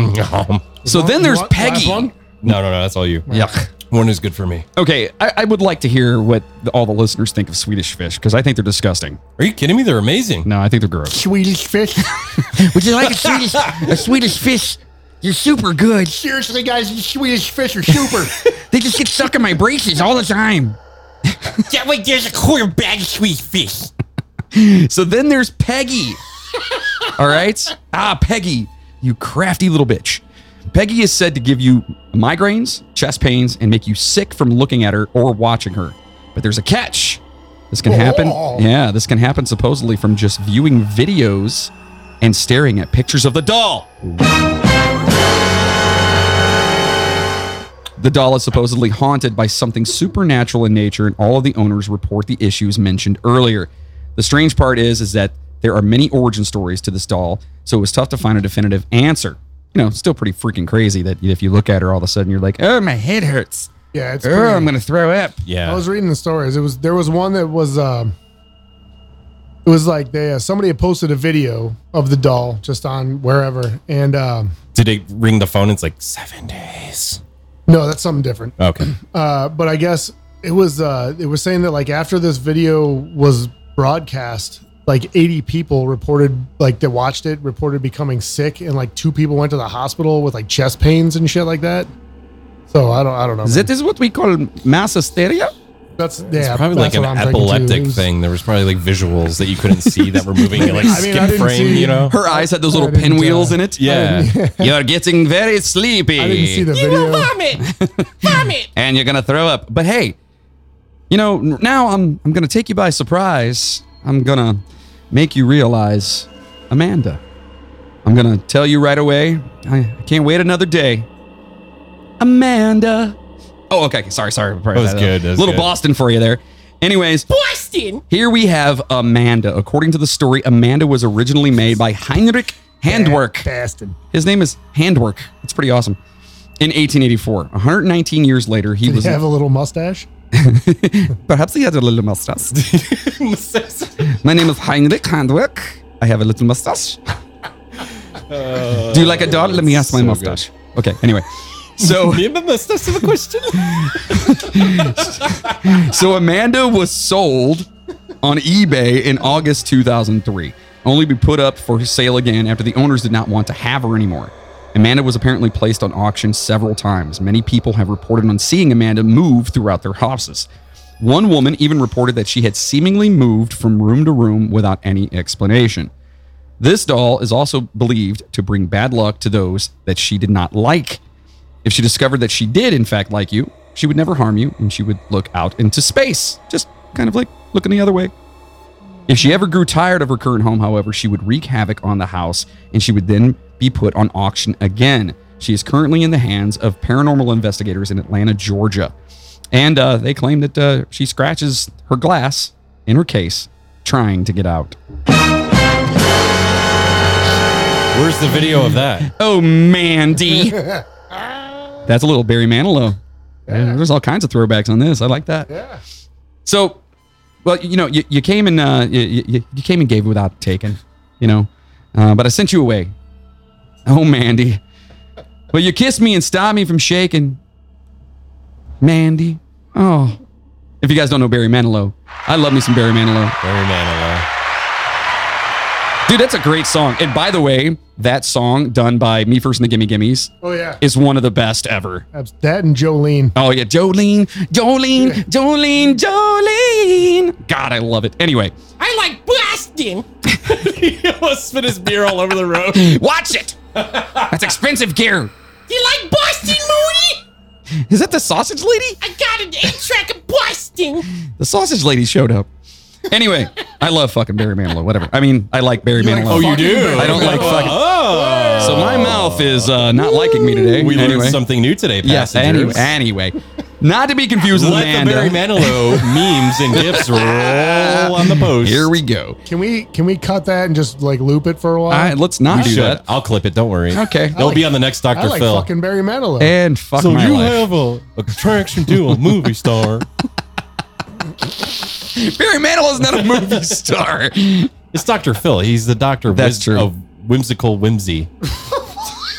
so then there's
What? Last
Peggy.
one?
No, no, no. That's all you.
Yuck.
One is good for me.
Okay, I, I would like to hear what the, all the listeners think of Swedish fish because I think they're disgusting.
Are you kidding me? They're amazing.
No, I think they're gross.
Swedish fish.
Would you like a Swedish, a Swedish fish? You're super good.
Seriously, guys, these Swedish fish are super.
They just get stuck in my braces all the time.
That way, there's a quarter bag of Swedish fish.
So then there's Peggy. All right. Ah, Peggy, you crafty little bitch. Peggy is said to give you migraines, chest pains, and make you sick from looking at her or watching her. But there's a catch. This can happen. Yeah, this can happen supposedly from just viewing videos and staring at pictures of the doll. The doll is supposedly haunted by something supernatural in nature, and all of the owners report the issues mentioned earlier. The strange part is, is that there are many origin stories to this doll, so it was tough to find a definitive answer. You know, it's still pretty freaking crazy that if you look at her all of a sudden, you're like, oh, my head hurts.
Yeah, it's
oh,
pretty-
I'm gonna throw up.
I
Yeah.
was reading the stories. It was there was one that was um, it was like they uh, somebody had posted a video of the doll just on wherever, and um,
Did it ring the phone? It's like seven days.
no, that's something different.
Okay.
Uh, but I guess it was uh, it was saying that like after this video was broadcast, like 80 people reported like that watched it reported becoming sick, and like two people went to the hospital with like chest pains and shit like that. So I don't I don't know. man.
That is what we call mass hysteria.
that's yeah,
It's probably
that's
like an
what I'm thinking too. It
epileptic
was-
thing. There was probably like visuals that you couldn't see that were moving in like
I mean, I
skin
didn't
frame,
see-
you know?
Her eyes had those
I
little
didn't,
pinwheels
uh,
in it.
Yeah.
You're getting very sleepy.
I didn't see the video.
and you're gonna throw up. But hey, you know, n- now I'm I'm gonna take you by surprise. I'm gonna make you realize, Amanda. I'm gonna tell you right away. I, I can't wait another day, Amanda. Oh, okay. okay, Sorry, sorry. That
was good, that was
Little
good.
Boston for you there. Anyways, Boston. Here we have Amanda. According to the story, Amanda was originally made by Heinrich Handwerk.
Bastard.
His name is Handwerk. It's pretty awesome. In 1884, 119 years later, he
Did
was
he have a little mustache?
perhaps he had a little mustache. My name is Heinrich Handwerk. I have a little mustache.
Uh,
Do you like a doll? Let me ask my mustache. Okay. Anyway, so
the question.
so Amanda was sold on eBay in August 2003, only to be put up for sale again after the owners did not want to have her anymore. Amanda was apparently placed on auction several times. Many people have reported on seeing Amanda move throughout their houses. One woman even reported that she had seemingly moved from room to room without any explanation. This doll is also believed to bring bad luck to those that she did not like. If she discovered that she did, in fact, like you, she would never harm you and she would look out into space, just kind of like looking the other way. If she ever grew tired of her current home, however, she would wreak havoc on the house and she would then be put on auction again. She is currently in the hands of paranormal investigators in Atlanta, Georgia. And uh, they claim that uh, she scratches her glass in her case, trying to get out.
Where's the video of that?
Oh, Mandy. That's a little Barry Manilow. Yeah, There's all kinds of throwbacks on this. I like that.
Yeah.
So, well, you know, you, you came and uh, you, you, you came and gave without taking, you know, uh, but I sent you away. Oh, Mandy. Well, you kissed me and stopped me from shaking. Mandy. Oh. If you guys don't know Barry Manilow, I love me some Barry Manilow.
Very man
Dude, that's a great song. And by the way, that song done by Me First and the Gimme Gimmies
Oh yeah.
is one of the best ever.
Abs- That and Jolene.
Oh yeah, Jolene, Jolene, Jolene, Jolene. God, I love it. Anyway,
I like blasting. he almost spit his beer all over the road.
watch it. That's expensive gear.
You like Boston, Moody?
Is that the sausage lady?
I got an eight track of Boston.
The sausage lady showed up. Anyway, I love fucking Barry Manilow. Whatever. I mean, I like Barry Manilow.
Oh, you do?
I don't like fucking.
Oh.
So my mouth is uh, not liking me today.
We learned
anyway.
something new today,
Yes.
passengers.
Anyway, anyway, not to be confused with
Let
Amanda.
the Barry Manilow memes and gifs roll on the post.
Here we go.
Can we can we cut that and just like loop it for a while?
All right, let's not
You
do
should.
that.
I'll clip it. Don't worry.
Okay.
It'll be on the next Dr.
I like
Phil.
fucking Barry Manilow.
And fuck my life.
a attraction to a movie star.
Barry Manilow is not a movie star.
It's Dr. Phil. He's the doctor
That's
whiz-
true.
of whimsical whimsy.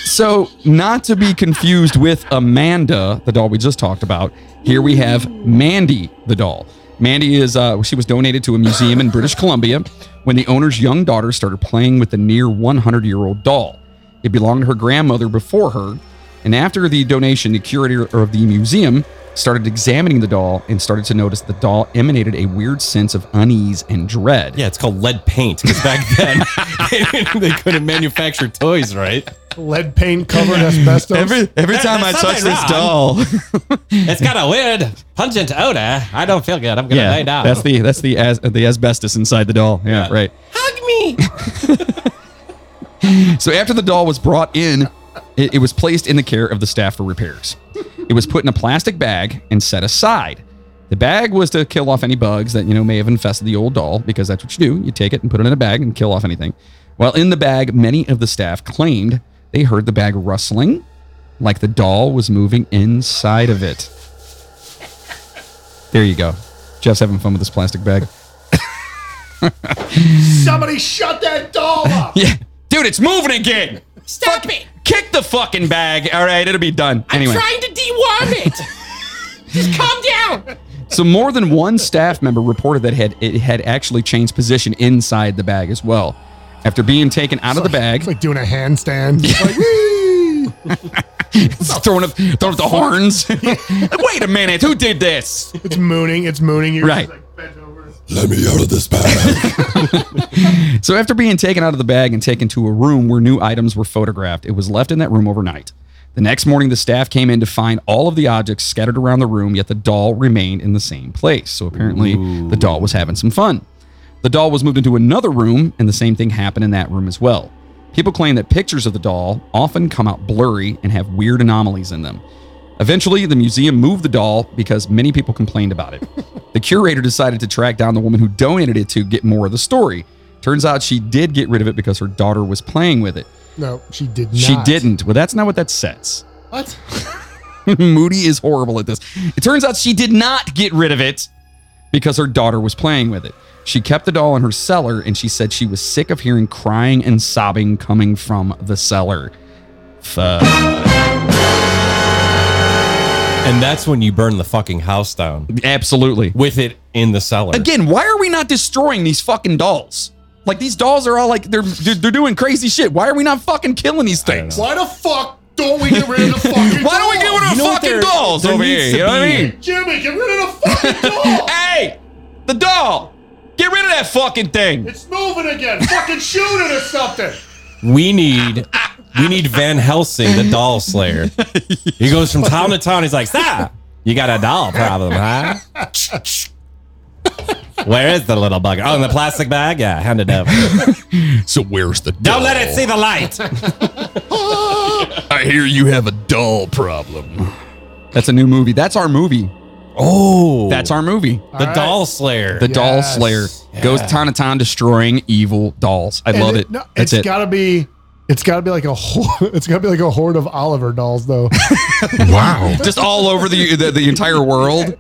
So, not to be confused with Amanda, the doll we just talked about, here we have Mandy, the doll. Mandy is, uh, she was donated to a museum in British Columbia when the owner's young daughter started playing with the near 100 year old doll. It belonged to her grandmother before her, and after the donation, the curator of the museum started examining the doll and started to notice the doll emanated a weird sense of unease and dread.
Yeah, it's called lead paint because back then they couldn't manufacture toys, right?
Lead paint covered asbestos.
Every every
Hey,
time I
there's
touch
something
this
wrong.
doll,
It's got a weird pungent odor. I don't feel good. I'm gonna lay down.
that's the that's the as, the asbestos inside the doll. Yeah, right.
Hug me.
So after the doll was brought in, it, it was placed in the care of the staff for repairs. It was put in a plastic bag and set aside. The bag was to kill off any bugs that you know may have infested the old doll because that's what you do. You take it and put it in a bag and kill off anything. While in the bag, many of the staff claimed they heard the bag rustling, like the doll was moving inside of it. There you go. Jeff's having fun with this plastic bag.
Somebody shut that doll up.
Yeah, dude, it's moving again.
Stop it.
Kick the fucking bag. All right, it'll be done. Anyway.
Trying to deworm it. Just calm down.
So more than one staff member reported that had it had actually changed position inside the bag as well. After being taken out of the bag,
It's like doing a handstand. It's like, whee!
throwing up throwing up the horns. Wait a minute, who did this?
It's mooning. It's mooning. You're
Right.
just like bent over.
Let me out of this bag.
So after being taken out of the bag and taken to a room where new items were photographed, it was left in that room overnight. The next morning, the staff came in to find all of the objects scattered around the room, yet the doll remained in the same place. So apparently, the doll was having some fun. The doll was moved into another room, and the same thing happened in that room as well. People claim that pictures of the doll often come out blurry and have weird anomalies in them. Eventually, the museum moved the doll because many people complained about it. the curator decided to track down the woman who donated it to get more of the story. Turns out she did get rid of it because her daughter was playing with it.
No, she did not.
She didn't. Well, that's not what that says.
What?
Moody is horrible at this. It turns out she did not get rid of it because her daughter was playing with it. She kept the doll in her cellar and she said she was sick of hearing crying and sobbing coming from the cellar. Fuck.
and that's when you burn the fucking house down
Absolutely.
with it in the cellar.
Again, why are we not destroying these fucking dolls? Like these dolls are all like they're they're, they're doing crazy shit. Why are we not fucking killing these things? Why
Why the fuck don't we get rid of the fucking
don't we
doll?
get rid of
You know what
fucking
there-
dolls
there
over here?
needs to
You know what I
be-
mean?
Jimmy, get rid of the fucking doll!
Hey, the doll, get rid of that fucking thing.
It's moving again. Fucking shoot it or something.
We need we need Van Helsing, the doll slayer. He goes from town to town. He's like, stop. You got a doll problem, huh? Where is the little bugger? Oh, in the plastic bag? Yeah, hand it over.
so where's the doll?
Don't let it see the light.
I hear you have a doll problem.
That's a new movie. That's our movie.
Oh,
That's our movie.
the doll slayer.
The Doll
Yes.
Slayer goes town to town destroying evil dolls. I love
And
it.
No,
That's
it's
it.
gotta be. It's gotta be like a horde. It's gotta be like a horde of Oliver dolls, though. Oh.
Wow.
Just all over the, the the entire world.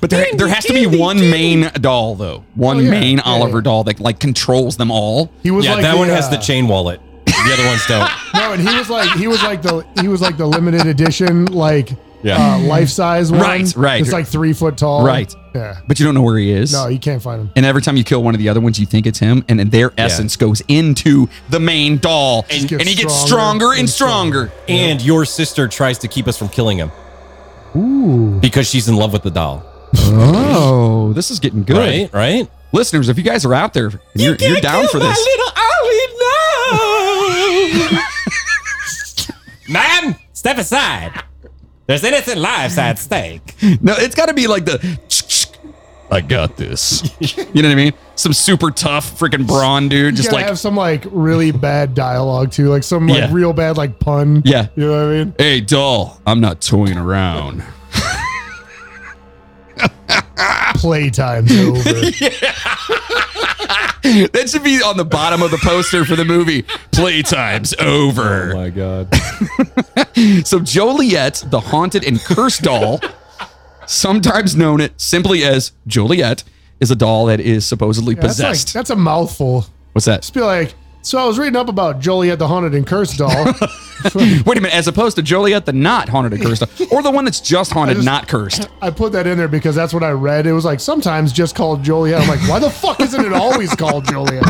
But there, there has to be one main doll though, one
Oh, yeah.
main
Yeah,
Oliver
yeah.
doll that like controls them all.
He was
yeah,
like
that one has
uh,
the chain wallet. The other ones don't.
No, and he was like he was like the he was like the limited edition like
Yeah.
uh, life size one.
Right, right.
It's like three foot tall.
Right.
Yeah.
But you don't know where he is.
No, you can't find him.
and every time you kill one of the other ones, you think it's him, and then their essence goes into the main doll, and,
gets
and he gets
stronger
stronger and
and
stronger.
And your sister tries to keep us from killing him
Ooh.
because she's in love with the doll.
Oh, this is getting good,
Right? Right?
listeners. If you guys are out there, and you're, you are down for this.
Ma'am, step aside. There's innocent lives at stake.
No, it's got to be like the. I got this. you know what I mean? Some super tough freaking brawn dude,
You
just
gotta
like,
have some like really bad dialogue too, like some like
Yeah.
real bad like pun.
Yeah.
You know what I mean?
"Hey, doll, I'm not toying around." Ah.
Playtime's over.
that should be on the bottom of the poster for the movie. Playtime's over.
Oh my god.
So Joliet, the haunted and cursed doll, sometimes known it simply as Joliet, is a doll that is supposedly
That's like
possessed.
that's a mouthful.
What's that?
Just be like, so I was reading up about Joliet the Haunted and Cursed doll.
Wait a minute. As opposed to Joliet, the not haunted and cursed, doll, or the one that's just haunted,
just-
not cursed.
I put that in there because that's what I read. It was like sometimes just called Joliet. I'm like, why the fuck isn't it always called Joliet?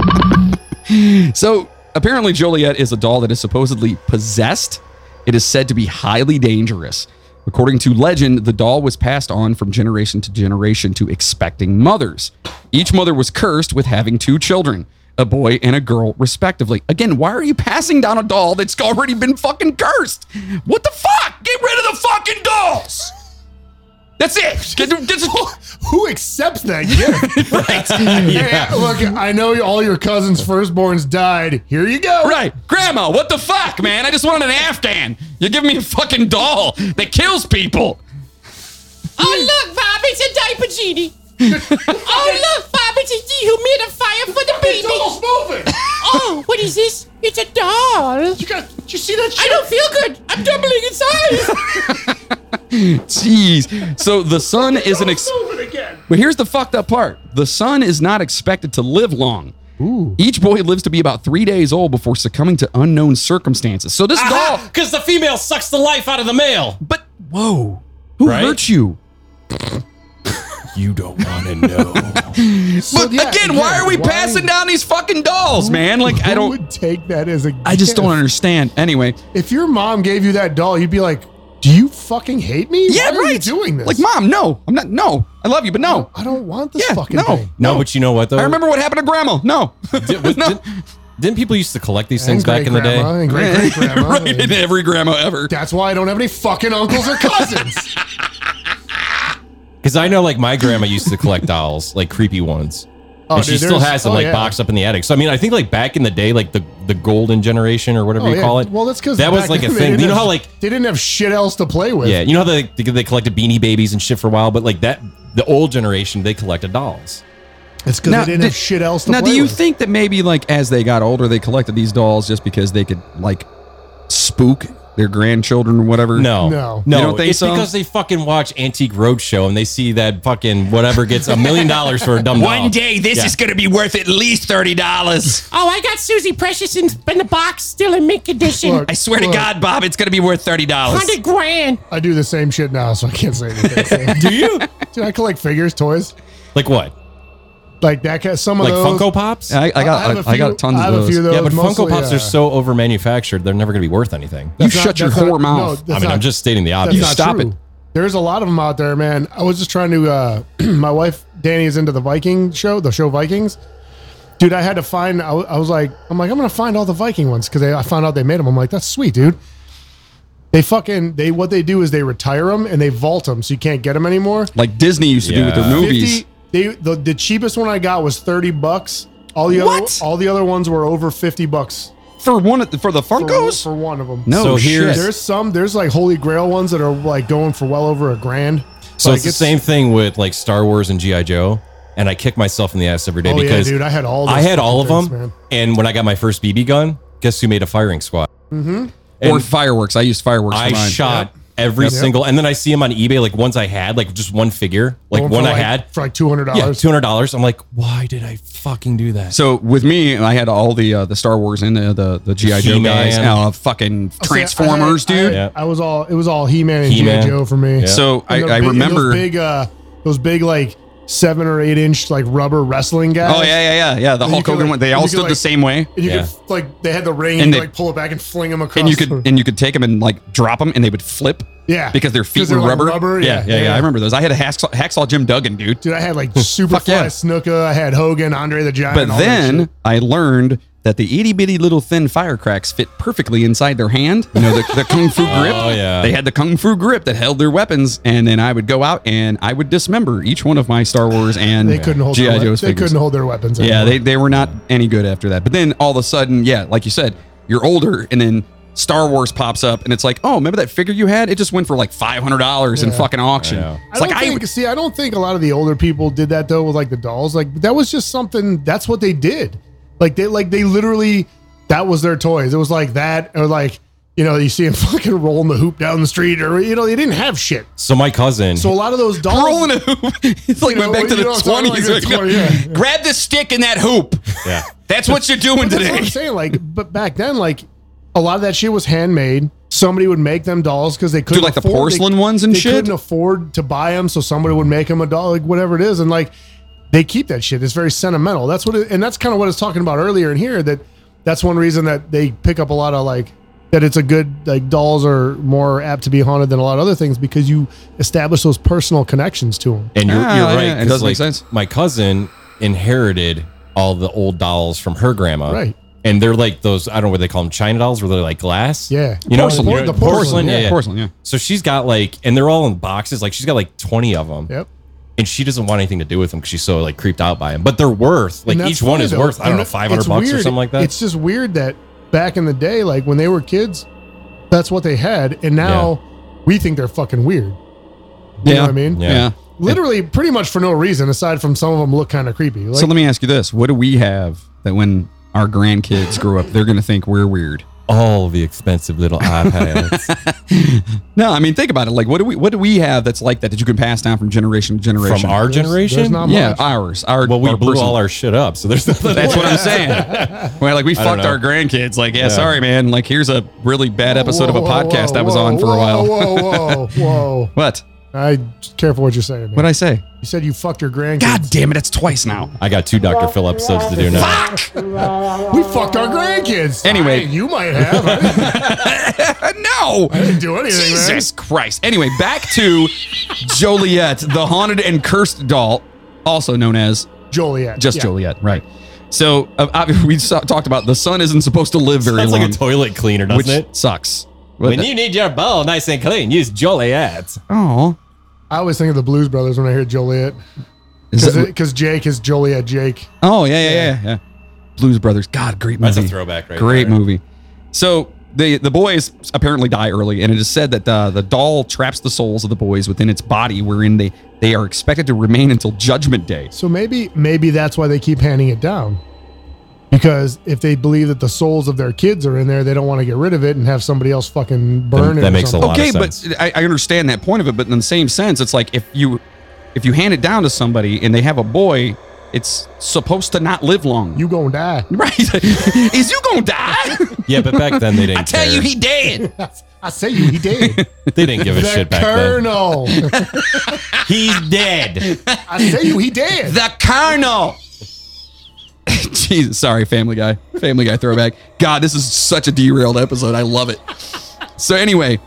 So apparently, Joliet is a doll that is supposedly possessed. It is said to be highly dangerous. According to legend, the doll was passed on from generation to generation to expecting mothers. Each mother was cursed with having two children, a boy and a girl, respectively. Again, why are you passing down a doll that's already been fucking cursed? What the fuck? Get rid of the fucking dolls! That's it. Get, get,
Who accepts that gift? right.
Yeah.
look, I know all your cousins' firstborns died. Here you go.
Right. Grandma, what the fuck, man? I just wanted an Afghan. You're giving me a fucking doll that kills people.
Oh, look, Bob, it's a diaper genie. oh, look, Bob, it's a dehumidifier for the baby. It's almost moving. Oh, what is this? It's a doll. You got, did you see that I don't feel good. I'm doubling in size.
Jeez. So the son is an ex- But here's the fucked up part. The son is not expected to live long. Each boy lives to be about three days old before succumbing to unknown circumstances. So this doll
Because the female sucks the life out of the male.
But whoa, who hurt you?
You don't want to know.
but again, why are we passing down these fucking dolls, man? Like I
Who
don't
would take that as a.
I just don't
gift?
understand. Anyway,
If your mom gave you that doll, you'd be like, "Do you fucking hate me?
Yeah,
Why are you
right.
doing this?
Like, mom, no, I'm not. No, I love you, but no,
I don't want this fucking
no.
thing."
No, but you know what though?
I remember what happened to grandma. No, no.
Didn't people used to collect these things
And
back in the day?
great-grandma and great-great-grandma.
right in every grandma ever.
That's why I don't have any fucking uncles or cousins.
Because I know, like, my grandma used to collect dolls, like creepy ones.
Oh,
and she
dude,
still
there's-
has them,
oh,
like,
yeah.
boxed up in the attic. So, I mean, I think, like, back in the day, like, the, the golden generation or whatever
Oh,
you
yeah.
call it.
Well, that's because
That was, like, a thing. You know how, like,
they didn't have shit else to play with.
yeah, you know how they, they collected beanie babies and shit for a while, but, like, that, the old generation, they collected dolls.
it's because
Now,
they didn't
did-
have shit else to
Now,
play
do you
with.
think that maybe like as they got older, they collected these dolls just because they could like spook their grandchildren or whatever?
No.
No.
No.
You don't think
it's
so?
because they fucking watch Antique Roadshow and they see that fucking whatever gets a million dollars for a dumb doll. Yeah.
going to be worth at least thirty dollars.
Oh, I got Susie Precious in, in the box, still in mint condition.
Look, look,
Bob, it's going to be worth thirty dollars.
Hundred grand.
I do the same shit now, so I can't say anything.
Do you?
Dude, I collect figures, toys,
Like what?
like that. ca- Some of
Like
those.
Funko Pops?
I, I
I
got, I,
have a
I got
few-
tons
I have
of
a
those.
few of those.
yeah, but
mostly,
Funko Pops
uh,
are so over manufactured, they're never going to be worth anything.
you
That's not-
shut your
that's not-
whore
no,
mouth.
that's
I mean,
not-
I'm just stating the
That's
obvious.
not
Stop
true.
it.
There's a lot of them out there, man. I was just trying to. Uh, my wife Danny is into the Viking show, the show Vikings. Dude, I had to find. I, wa- I was like, I'm like, I'm gonna find all the Viking ones because I found out they made them. I'm like, that's sweet, dude. They fucking they what they do is they retire them and they vault them so you can't get them anymore.
Like Disney used to do with
Yeah.
their movies.
Fifty. They the, the cheapest one I got was thirty bucks. All the
What?
other all the other ones were over fifty bucks
for one of the, for the
for,
Funkos.
for one of them.
no,
So
shit.
here's-
There's some. There's like Holy Grail ones that are like going for well over a grand.
So
Like,
it's the same thing with like Star Wars and GI Joe, and I kick myself in the ass every day
Oh, yeah,
because
dude, I had all. Those
I had all of
fucking
them.
things, man.
And when I got my first BB gun, guess who made a firing squad? Mm-hmm.
or fireworks. I used fireworks.
I
for mine.
shot every
Yep.
single, and then I see them on eBay. Like ones I had, like just one figure, like
Going
one
for
I
like-
had,
for like two hundred
yeah,
dollars.
two hundred dollars. I'm like, why did I fucking do that?
So with me, I had all the uh, the Star Wars and the the, the GI Joe
He-Man.
guys, uh,
Oh,
fucking Transformers,
I,
dude.
I, I was all. It was all He Man and
He-Man.
G.I. Joe for me.
So I,
And the
I
big- and
remember.
those big, uh, those big like seven or eight inch like rubber wrestling guys.
oh yeah, yeah, yeah, yeah. The
And you
Hulk
could,
Hogan
like-
one. They
you
all
could,
stood the
like-
same way,
And you
Yeah.
could like they had the ring
And
and
they-
you could, like pull it back and fling them across.
and you
the-
could and you could take them and like drop them, and they would flip.
Yeah.
because their feet
'Cause
were
they're like
rubber.
rubber,
yeah,
yeah.
yeah, yeah,
Yeah.
I remember those. I had a hacksaw, hacksaw Jim Duggan, dude.
dude, I had like Superfly
yeah.
Snuka. I had Hogan, Andre the Giant.
But
all that shit.
then I learned that the itty bitty little thin firecracks fit perfectly inside their hand. You know, the, the kung fu grip.
Oh, yeah.
They had the kung fu grip that held their weapons, and then I would go out and I would dismember each one of my Star Wars and
they couldn't hold.
GI
Their,
Joe's
Joe's they
figures.
couldn't hold their weapons.
Yeah,
anymore.
they, they were not any good after that. But then all of a sudden, yeah, like you said, you're older, and then Star Wars pops up, and it's like, oh, remember that figure you had? It just went for like five hundred dollars in
Yeah.
fucking auction.
I know.
It's
I
like
don't
I
think, see, I don't think a lot of the older people did that though with like the dolls. Like that was just something. That's what they did. Like they like they literally that was their toys. It was like that or like you know you see them fucking rolling the hoop down the street or you know they didn't have shit.
So my cousin,
So a lot of those dolls.
rolling a hoop. It's like
You
went
know,
back
you
to the
know what I'm talking about,
twenties.
like the 20, yeah.
Grab the stick and that hoop.
yeah,
That's what you're doing
That's what
today.
I'm saying. Like, but back then, like a lot of that shit was handmade. Somebody would make them dolls because they couldn't
like the
afford, they-
porcelain ones and
they
shit?
couldn't afford to buy them, so somebody would make them a doll, like whatever it is, and like they keep that shit. It's very sentimental. That's what, it, and that's kind of what I was talking about earlier in here. That that's one reason that they pick up a lot of like that it's a good like dolls are more apt to be haunted than a lot of other things because you establish those personal connections to them.
And you're, you're right.
does
'cause,
make
like, My cousin inherited all the old dolls from her grandma.
Right.
And they're like those, I don't know what they call them, China dolls, where they're like glass.
Yeah.
You know,
Porcelain.
you know,
The porcelain, yeah, porcelain,
yeah.
So she's got like, and they're all in boxes. Like she's got like 20 of them.
Yep.
And she doesn't want anything to do with them because she's so like creeped out by them. But they're worth, like
And that's
each one
funny,
is
though.
worth, I don't
And
know,
that-
500
it's
bucks or
weird.
something like that.
It's just weird that back in the day, like when they were kids, that's what they had, and now we think they're fucking weird. You know
Yeah.
what I mean?
Yeah. Yeah.
Literally, pretty much for no reason, aside from some of them look kind of creepy. Like,
so let me ask you this: What do we have that when our grandkids grow up, they're going to think we're weird?
All the expensive little iPads.
no, I mean think about it. Like, what do we what do we have that's like that that you can pass down from generation to generation?
From our There's- generation? there's not
yeah,
much.
ours. Our
well, we
our
blew
person-
all our shit up. So there's nothing.
That's what I'm saying. Well, like we
I don't
fucked
know.
our grandkids. Like, yeah,
Yeah.
sorry, man. Like, here's a really bad episode
Whoa,
of a
whoa,
podcast
whoa,
I was
whoa,
on for a while.
Whoa, whoa, whoa, whoa!
what?
I careful what you're saying. Man.
What'd I say?
You said you fucked your grandkids.
God damn it! It's twice now.
I got two Dr. Phil episodes to do now.
Fuck! we fucked our grandkids.
Anyway.
Hey, you might have. I didn't-
No,
I didn't do anything. man.
Jesus Christ. Anyway, back to Joliet, the haunted and cursed doll, also known as
Joliet.
just
yeah.
Joliet, right? So uh, obvi- we saw, talked about the sun isn't supposed to live very
Sounds
long,
like a toilet cleaner, doesn't
which
it?
sucks. What
When
the-
you need your bowl nice and clean, use Joliet.
oh,
I always think of the Blues Brothers when I hear Joliet.
Is that-
Because Jake is Joliet Jake.
oh yeah, yeah, yeah, yeah. Blues Brothers, God, great movie.
That's a throwback right
Great
there.
movie. So the the boys apparently die early, and it is said that uh, the the doll traps the souls of the boys within its body, wherein they they are expected to remain until Judgment Day.
So maybe maybe that's why they keep handing it down. Because if they believe that the souls of their kids are in there, they don't want to get rid of it and have somebody else fucking burn it.
that
or
makes a
something.
lot of
okay,
sense.
but I, I understand that point of it, but in the same sense, it's like if you if you hand it down to somebody and they have a boy, it's supposed to not live long.
You gonna die.
Right? Is you gonna die?
Yeah, but back then they didn't
I tell
care.
you, he dead.
I say you, he did.
they didn't give a
the
shit back then.
colonel.
He's dead.
I say you, he did.
The Colonel. Jesus, sorry, Family Guy. Family Guy throwback. God, this is such a derailed episode. I love it. So anyway,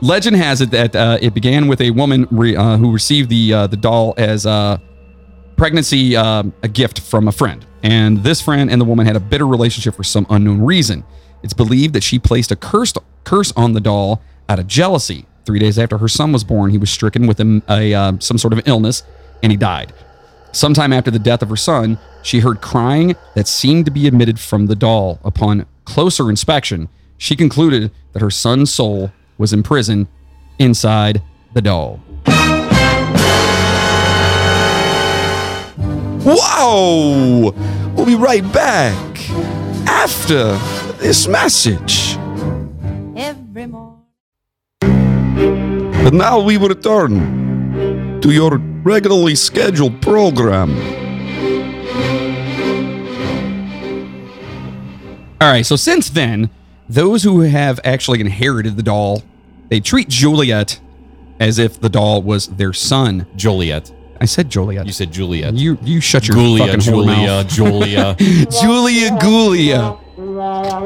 legend has it that uh, it began with a woman re, uh, who received the uh, the doll as uh, pregnancy um, a gift from a friend, and this friend and the woman had a bitter relationship for some unknown reason. It's believed that she placed a curse curse on the doll out of jealousy. Three days after her son was born, he was stricken with a, a uh, some sort of illness, and he died. Sometime after the death of her son, she heard crying that seemed to be emitted from the doll. Upon closer inspection, she concluded that her son's soul was imprisoned inside the doll. Wow! We'll be right back after this message.
Every morning.
And now we return to your regularly scheduled program.
All right, so since then, those who have actually inherited the doll, they treat Juliet as if the doll was their son.
Joliet.
I said Joliet. You
said Juliet.
You you shut your
Julia,
fucking whore
Julia,
mouth.
Julia.
Julia, Julia.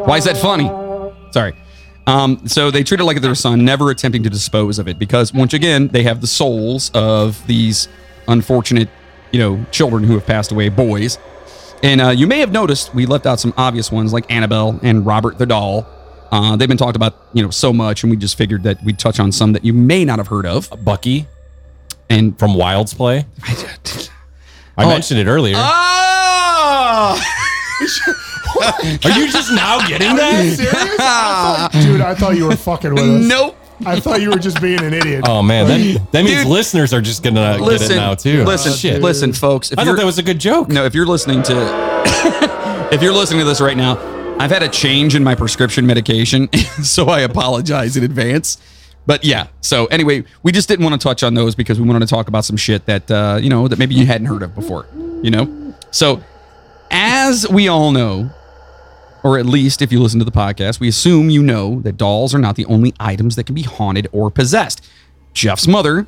Why is that funny? Sorry. Um, so they treat it like their son, never attempting to dispose of it because once again, they have the souls of these unfortunate, you know, children who have passed away, boys. And uh, you may have noticed we left out some obvious ones like Annabelle and Robert the doll. Uh, they've been talked about, you know, so much, and we just figured that we'd touch on some that you may not have heard of.
Bucky,
and
from Wild's Play. I
Oh.
mentioned it earlier.
Oh!
Are you just now getting
Are you
that?
serious? I thought- dude, I thought you were fucking with us.
Ah. Nope.
I thought you were just being an idiot.
Oh man, that, that means listeners are just gonna get
listen
it now too. Oh,
Listen,
Shit.
listen, folks.
I thought
you're-
that was a good joke.
No, if you're listening to, if you're listening to this right now, I've had a change in my prescription medication, so I apologize in advance. But yeah, so anyway, we just didn't want to touch on those because we wanted to talk about some shit that uh, you know that maybe you hadn't heard of before. You know, so as we all know, or at least if you listen to the podcast, we assume you know that dolls are not the only items that can be haunted or possessed. Jeff's mother,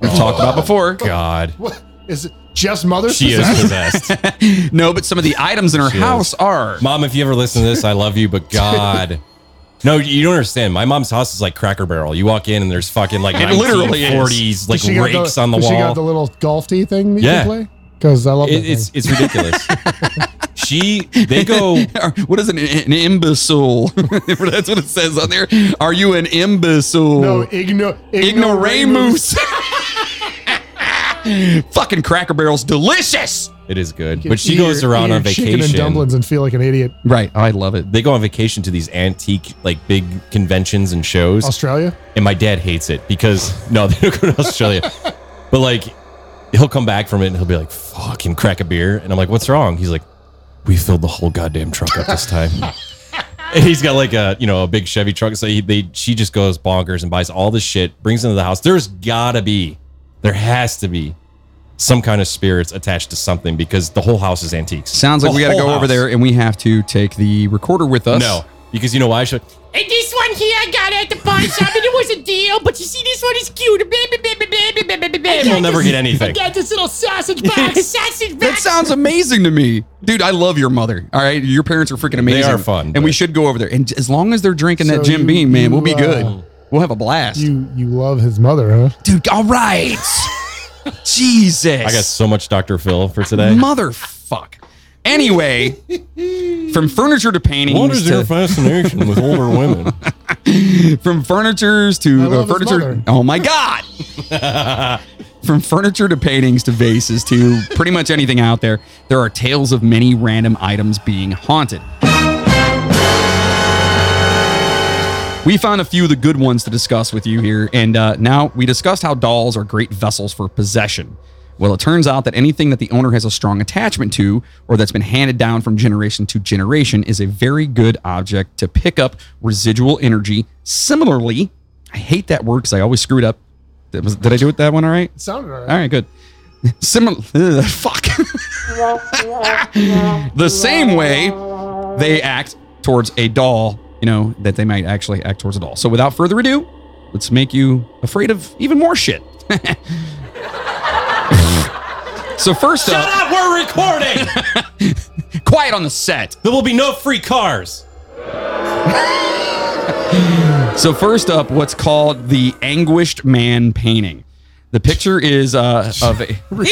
we've talked about before.
God.
What is it? Jeff's mother?
She is possessed.
no, but some of the items in her
She is.
house are.
Mom, if you ever listen to this, I love you, but God, No, you don't understand. My mom's house is like Cracker Barrel. You walk in and there's fucking like
It literally is.
1940s like
Does she got
rakes on the
does
wall.
She got the little golfy thing that
Yeah.
you play because I love
It-
that
it's
thing.
it's ridiculous. she they go.
what is an, an imbecile? That's what it says on there. Are you an imbecile?
no igno
ignoramus. Fucking Cracker Barrel's delicious.
It is good,
You
but she
eat
goes
your-
around
eat
on
your Chicken and
vacation.
dumplings and feel like an idiot.
Right,
Oh,
I love it.
They go on vacation to these antique like big conventions and shows.
Australia.
and my dad hates it because no, they don't go to Australia. but like, he'll come back from it and he'll be like, "Fucking crack a beer," and I'm like, "What's wrong?" He's like, "We filled the whole goddamn truck up this time." and he's got like a you know a big Chevy truck, so he, they she just goes bonkers and buys all this shit, brings it into the house. There's gotta be, there has to be. Some kind of spirits attached to something because the whole house is antiques.
Sounds like
The
we got to
whole
go over
house.
there and we have to take the recorder with us.
No, because you know why? I should.
And this one here I got at the pawn shop and it was a deal, but you see this one is cute. Blah, blah, blah, blah, blah, blah, blah, blah, blah.
We'll never get anything.
I got this little sausage box, sausage
That
box.
sounds amazing to me. Dude, I love your mother. All right. Your parents are freaking amazing.
are fun,
And we should go over there. And as long as they're drinking that
So
Jim
you-
Beam,
you,
man, we'll be
uh,
good. We'll have a blast.
You you love his mother, huh?
Dude, all right. Jesus.
I got so much Dr. Phil for today.
Motherfuck. Anyway, from furniture to paintings.
What is
to-
your fascination with older women?
from furnitures to
I
uh,
love his
furniture.
mother.
Oh my god! from furniture to paintings to vases to pretty much anything out there, there are tales of many random items being haunted. We found a few of the good ones to discuss with you here, and uh, now we discussed how dolls are great vessels for possession. Well, it turns out that anything that the owner has a strong attachment to, or that's been handed down from generation to generation, is a very good object to pick up residual energy. Similarly, I hate that word because I always screw it up. That was- Did I do it that one all right?
It sounded all
All
right.
right, good. Similar, fuck. the same way they act towards a doll, you know, that they might actually act towards a doll. So without further ado, let's make you afraid of even more shit. so first
Shut
up,
up, we're recording.
quiet on the set.
There will be no free cars.
So first up, what's called the anguished man painting. The picture is uh, of a.
It's Vigo!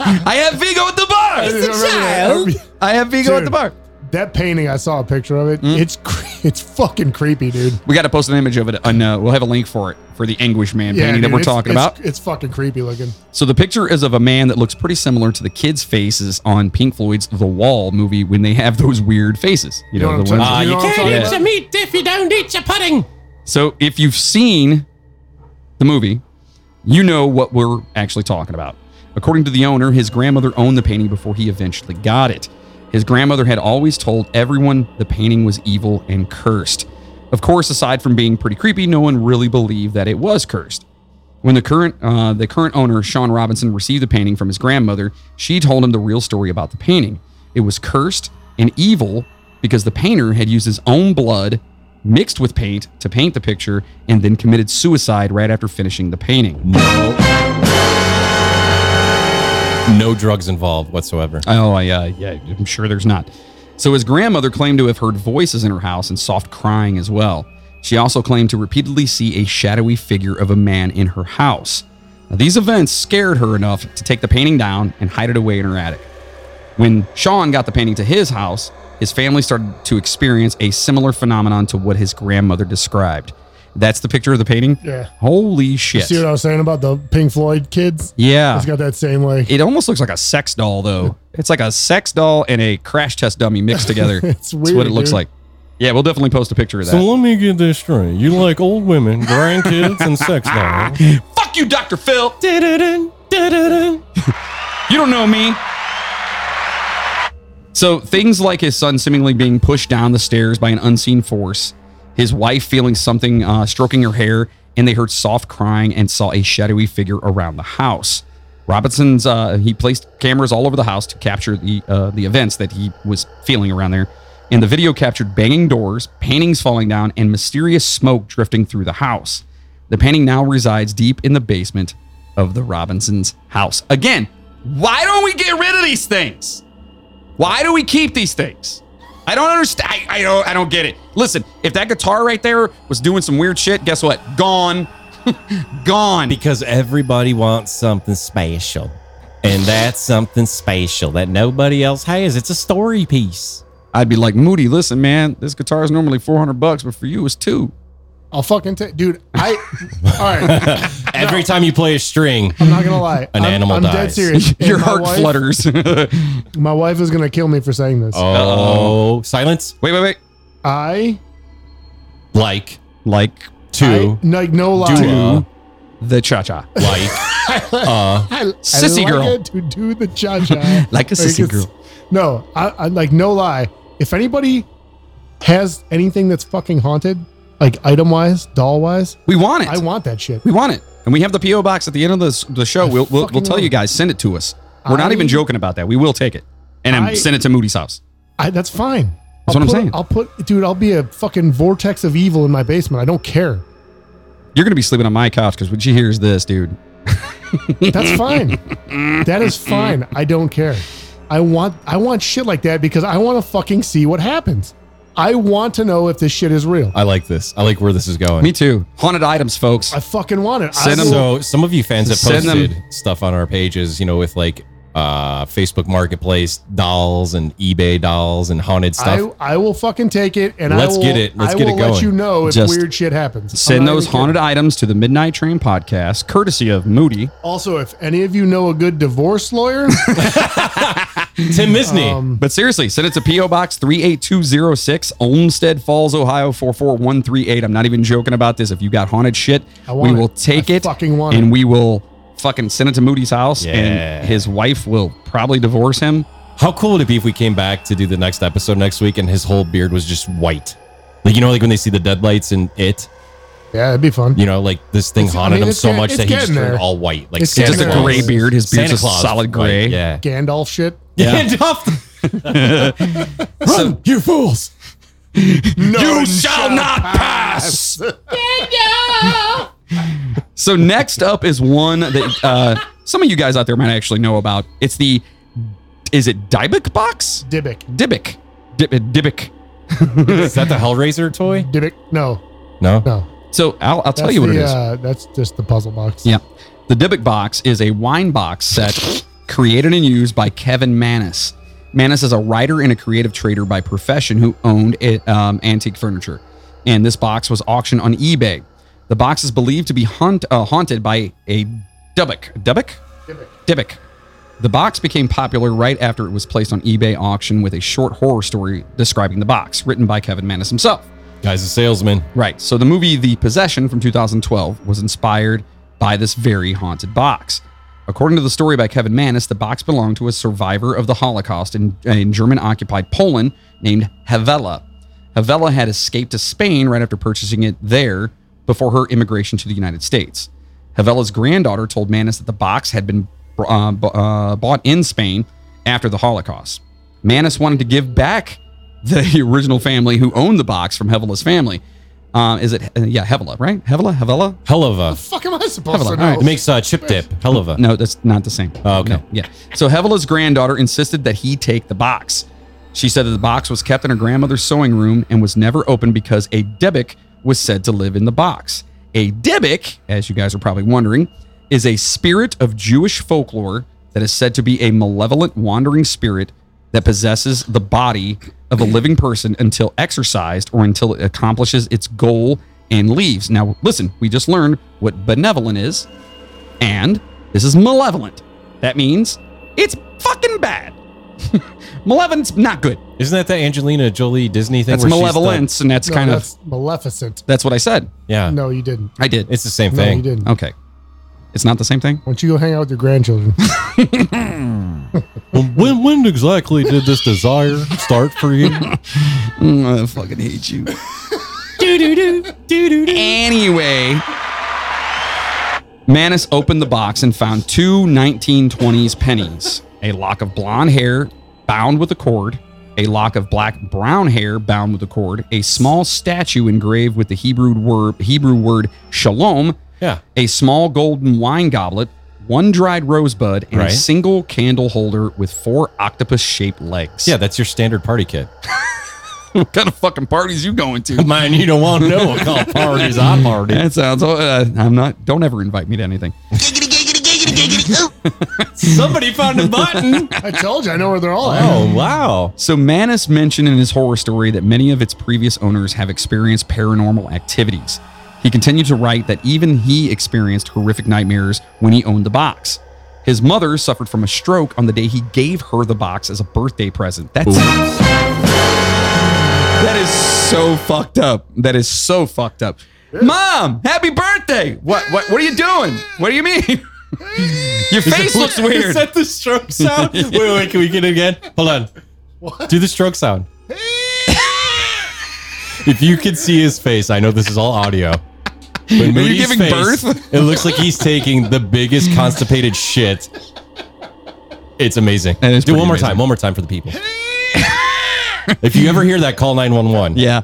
I have Vigo at the bar.
It's a child.
I have Vigo at the bar. Mm.
That painting, I saw a picture of it. It's cre- it's fucking creepy, dude.
We got to post an image of it. On, uh, we'll have a link for it for the anguish man painting
dude,
that we're
it's-
talking
it's-
about.
It's fucking creepy looking.
So the picture is of a man that looks pretty similar to the kids' faces on Pink Floyd's The Wall movie when they have those weird faces. You, know,
know
the
what I'm talking- you
ones.
know what I'm
Can't
Yeah.
eat your meat if you don't eat your pudding.
So if you've seen the movie, you know what we're actually talking about. According to the owner, his grandmother owned the painting before he eventually got it. His grandmother had always told everyone the painting was evil and cursed. Of course, aside from being pretty creepy, no one really believed that it was cursed. When the current uh, the current owner Sean Robinson received the painting from his grandmother, she told him the real story about the painting. It was cursed and evil because the painter had used his own blood mixed with paint to paint the picture and then committed suicide right after finishing the painting.
No drugs involved whatsoever.
Oh, yeah, yeah, I'm sure there's not. So his grandmother claimed to have heard voices in her house and soft crying as well. She also claimed to repeatedly see a shadowy figure of a man in her house. Now, these events scared her enough to take the painting down and hide it away in her attic. When Sean got the painting to his house, his family started to experience a similar phenomenon to what his grandmother described. That's the picture of the painting?
Yeah.
Holy
You
shit.
see what I was saying about the Pink Floyd kids?
Yeah.
It's got that same like.
It almost looks like a sex doll, though. It's like a sex doll and a crash test dummy mixed together.
It's
That's what
weird,
it looks
dude.
like. Yeah, we'll definitely post a picture of that.
So let me get this straight. You like old women, grandkids, and sex dolls.
Fuck you, Dr. Phil. You don't know me. So things like his son seemingly being pushed down the stairs by an unseen force, his wife feeling something uh, stroking her hair, and they heard soft crying and saw a shadowy figure around the house. Robinson's uh, he placed cameras all over the house to capture the uh, the events that he was feeling around there, and the video captured banging doors, paintings falling down, and mysterious smoke drifting through the house. The painting now resides deep in the basement of the Robinson's house. Again, why don't we get rid of these things? Why do we keep these things? I don't understand. I, I don't. I don't get it. Listen, if that guitar right there was doing some weird shit, guess what? Gone, gone.
Because everybody wants something special. And that's something special that nobody else has. It's a story piece.
I'd be like, Moody, listen, man, this guitar is normally 400 bucks, but for you, it's two.
I'll fucking take, dude. I, all right.
Every time you play a string,
I'm not gonna lie. I'm,
An animal
I'm
dies.
dead serious. And
Your
my
heart
wife-
flutters.
My wife is gonna kill me for saying this.
oh, silence.
Wait, wait, wait.
I
Like,
like,
two,
I- like no lie.
do the cha cha. Like, uh,
I, I
sissy
like
girl.
it to do the cha cha
Like a sissy girl.
No, I, I like no lie. If anybody has anything that's fucking haunted, like item wise, doll wise,
we want it.
I want that shit.
We want it. And we have the P.O. box at the end of the, the show. We'll, we'll, we'll
fucking
tell
love
you
it.
guys, send it to us. We're not
I-
even joking about that. We will take it and then
I-
send it to Moody's house.
I, that's fine.
That's
I'll
what I'm
put-
saying.
I'll put, dude. I'll be a fucking vortex of evil in my basement. I don't care.
You're going to be sleeping on my couch because when she hears this, dude,
That's fine. that is fine. I don't care. I want I want shit like that because I want to fucking see what happens. I want to know if this shit is real.
I like this. I like where this is going.
me too. Haunted items, folks.
I fucking want it.
Send
I
them-
will-
So some of you fans have
Send them-
posted stuff on our pages, you know, with like uh Facebook Marketplace dolls and eBay dolls and haunted stuff.
I, I will fucking take it and
Let's
I will,
get it. Let's
I
get it
will
going.
let you know if
Just
weird shit happens. I'm
Send
not
those
even kidding.
haunted items to the Midnight Train podcast, courtesy of Moody.
Also, if any of you know a good divorce lawyer,
Tim Misney.
Um,
But seriously, send it to P.O. Box 38206, Olmsted Falls, Ohio 44138. I'm not even joking about this. If you got haunted shit,
I
we
want
will
it.
take
I
it
fucking want
and
it.
we will fucking send it to Moody's house
Yeah.
and his wife will probably divorce him.
How cool would it be if we came back to do the next episode next week and his whole beard was just white? Like you know, like when they see the deadlights in it,
yeah, it'd be fun.
you know, like this thing
It's- I
haunted
mean,
him
it's
so
get-
much
it's
that he just
getting
turned
there.
all white. Like
It's
Santa
just a
Claus.
gray
beard. His beard's
Santa
just
Claus
solid
white,
gray.
Yeah.
Gandalf shit.
Yeah.
Run, you fools! No
You
one
shall not pass!
Daniel!
So next up is one that uh, some of you guys out there might actually know about. It's the is it Dybbuk box?
Dybbuk.
Dybbuk. Dib- Dybbuk.
Is that the Hellraiser toy?
Dybbuk. No,
No.
no.
So I'll, I'll tell
That's
you what
the,
it is.
Uh, that's just the puzzle box.
Yeah. The Dybbuk box is a wine box set created and used by Kevin Manis. Manis is a writer and a creative trader by profession who owned it, um, antique furniture. And this box was auctioned on eBay. The box is believed to be haunt, uh, haunted by a Dybbuk. Dybbuk? Dybbuk. The box became popular right after it was placed on eBay auction with a short horror story describing the box, written by Kevin Manis himself.
Guy's a salesman.
Right. So the movie The Possession from 2012 was inspired by this very haunted box. According to the story by Kevin Manis, the box belonged to a survivor of the Holocaust in, in German occupied Poland named Havela. Havela had escaped to Spain right after purchasing it there before her immigration to the United States. Havela's granddaughter told Manis that the box had been uh, bu- uh, bought in Spain after the Holocaust. Manis wanted to give back the original family who owned the box from Hevela's family. Um, is it, uh, yeah, Hevela, right? Hevela, Hevela?
Hell of a.
fuck am I supposed
Have a
to
look.
know?
All right,
uh, It makes uh, chip dip. Hell of a.
No, that's not the same.
Oh, okay.
No, yeah. So Hevela's granddaughter insisted that he take the box. She said that the box was kept in her grandmother's sewing room and was never opened because a Dybbuk was said to live in the box. A Dybbuk, as you guys are probably wondering, is a spirit of Jewish folklore that is said to be a malevolent wandering spirit that possesses the body of a living person until exorcised or until it accomplishes its goal and leaves. Now, listen, we just learned what benevolent is and this is malevolent. That means it's fucking bad. Malevolent's not good.
Isn't that the Angelina Jolie Disney thing?
That's
where she's the-
malevolence, and that's
No,
kind
that's
of
Maleficent.
that's what I said.
yeah.
No, you didn't.
I did.
It's the same
No, you
thing.
didn't.
okay. It's not the same thing.
Why don't you go hang out with your grandchildren?
when, when exactly did this desire start for you?
Mm, I fucking hate you.
Do do do do do do.
anyway, Manus opened the box and found two 1920s pennies, a lock of blonde hair bound with a cord, a lock of black brown hair bound with a cord, a small statue engraved with the Hebrew word Hebrew word shalom,
Yeah.
a small golden wine goblet, one dried rosebud, and
Right.
a single candle holder with four octopus-shaped legs.
Yeah, that's your standard party kit.
what kind of fucking parties you going to?
Man, you don't want to know what kind of parties I'm partying.
That sounds. Uh, I'm not. Don't ever invite me to anything.
Somebody found a button.
I told you, I know where they're all at.
Oh wow!
So Manus mentioned in his horror story that many of its previous owners have experienced paranormal activities. He continued to write that even he experienced horrific nightmares when he owned the box. His mother suffered from a stroke on the day he gave her the box as a birthday present. That's that is so fucked up. That is so fucked up. Mom, happy birthday! What what what are you doing? What do you mean? Your face looks
Is
weird.
that the stroke sound? wait, wait, can we get it again? Hold on. Do the stroke sound. if you could see his face, I know this is all audio. But
you
Moody's
giving
face,
birth?
It looks like he's taking the biggest constipated shit. It's amazing.
That is
Do it
pretty
one more
amazing.
time. One more time for the people. if you ever hear that, call 911.
Yeah.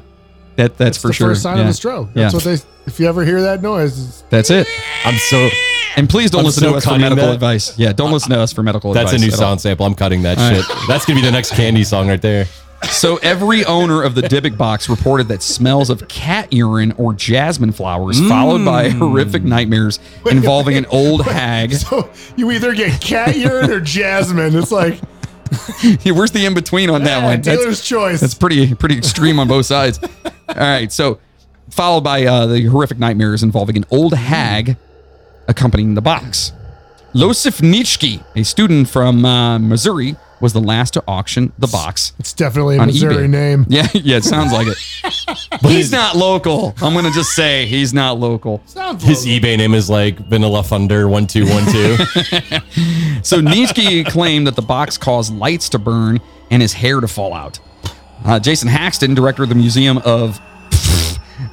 That that's for
the
sure.
first sign
Yeah.
of a stroke. That's
yeah.
what they. If you ever hear that noise, it's-
That's it.
I'm so.
And please don't
I'm
listen
so
to us for
cutting
medical
that.
advice. Yeah, don't listen to us for medical
That's
advice.
a new
at all.
sound sample. I'm cutting that shit. That's gonna be the next candy song right there.
So every owner of the Dybbuk box reported that smells of cat urine or jasmine flowers, followed by
Mm.
horrific nightmares involving an old hag.
so you either get cat urine or jasmine. It's like
Yeah, Where's the in between on that
Yeah,
one?
dealer's choice.
That's pretty pretty extreme on both sides. All right, so followed by uh, the horrific nightmares involving an old hag accompanying the box. Losif Nitschke, a student from uh, Missouri, was the last to auction the box.
it's definitely a
On
Missouri
eBay.
name.
Yeah, yeah, it sounds like it. But he's not local. I'm gonna just say he's not local.
His eBay name is like Vanilla Thunder one two one two.
So Nitschke claimed that the box caused lights to burn and his hair to fall out. Uh, Jason Haxton, director of the Museum of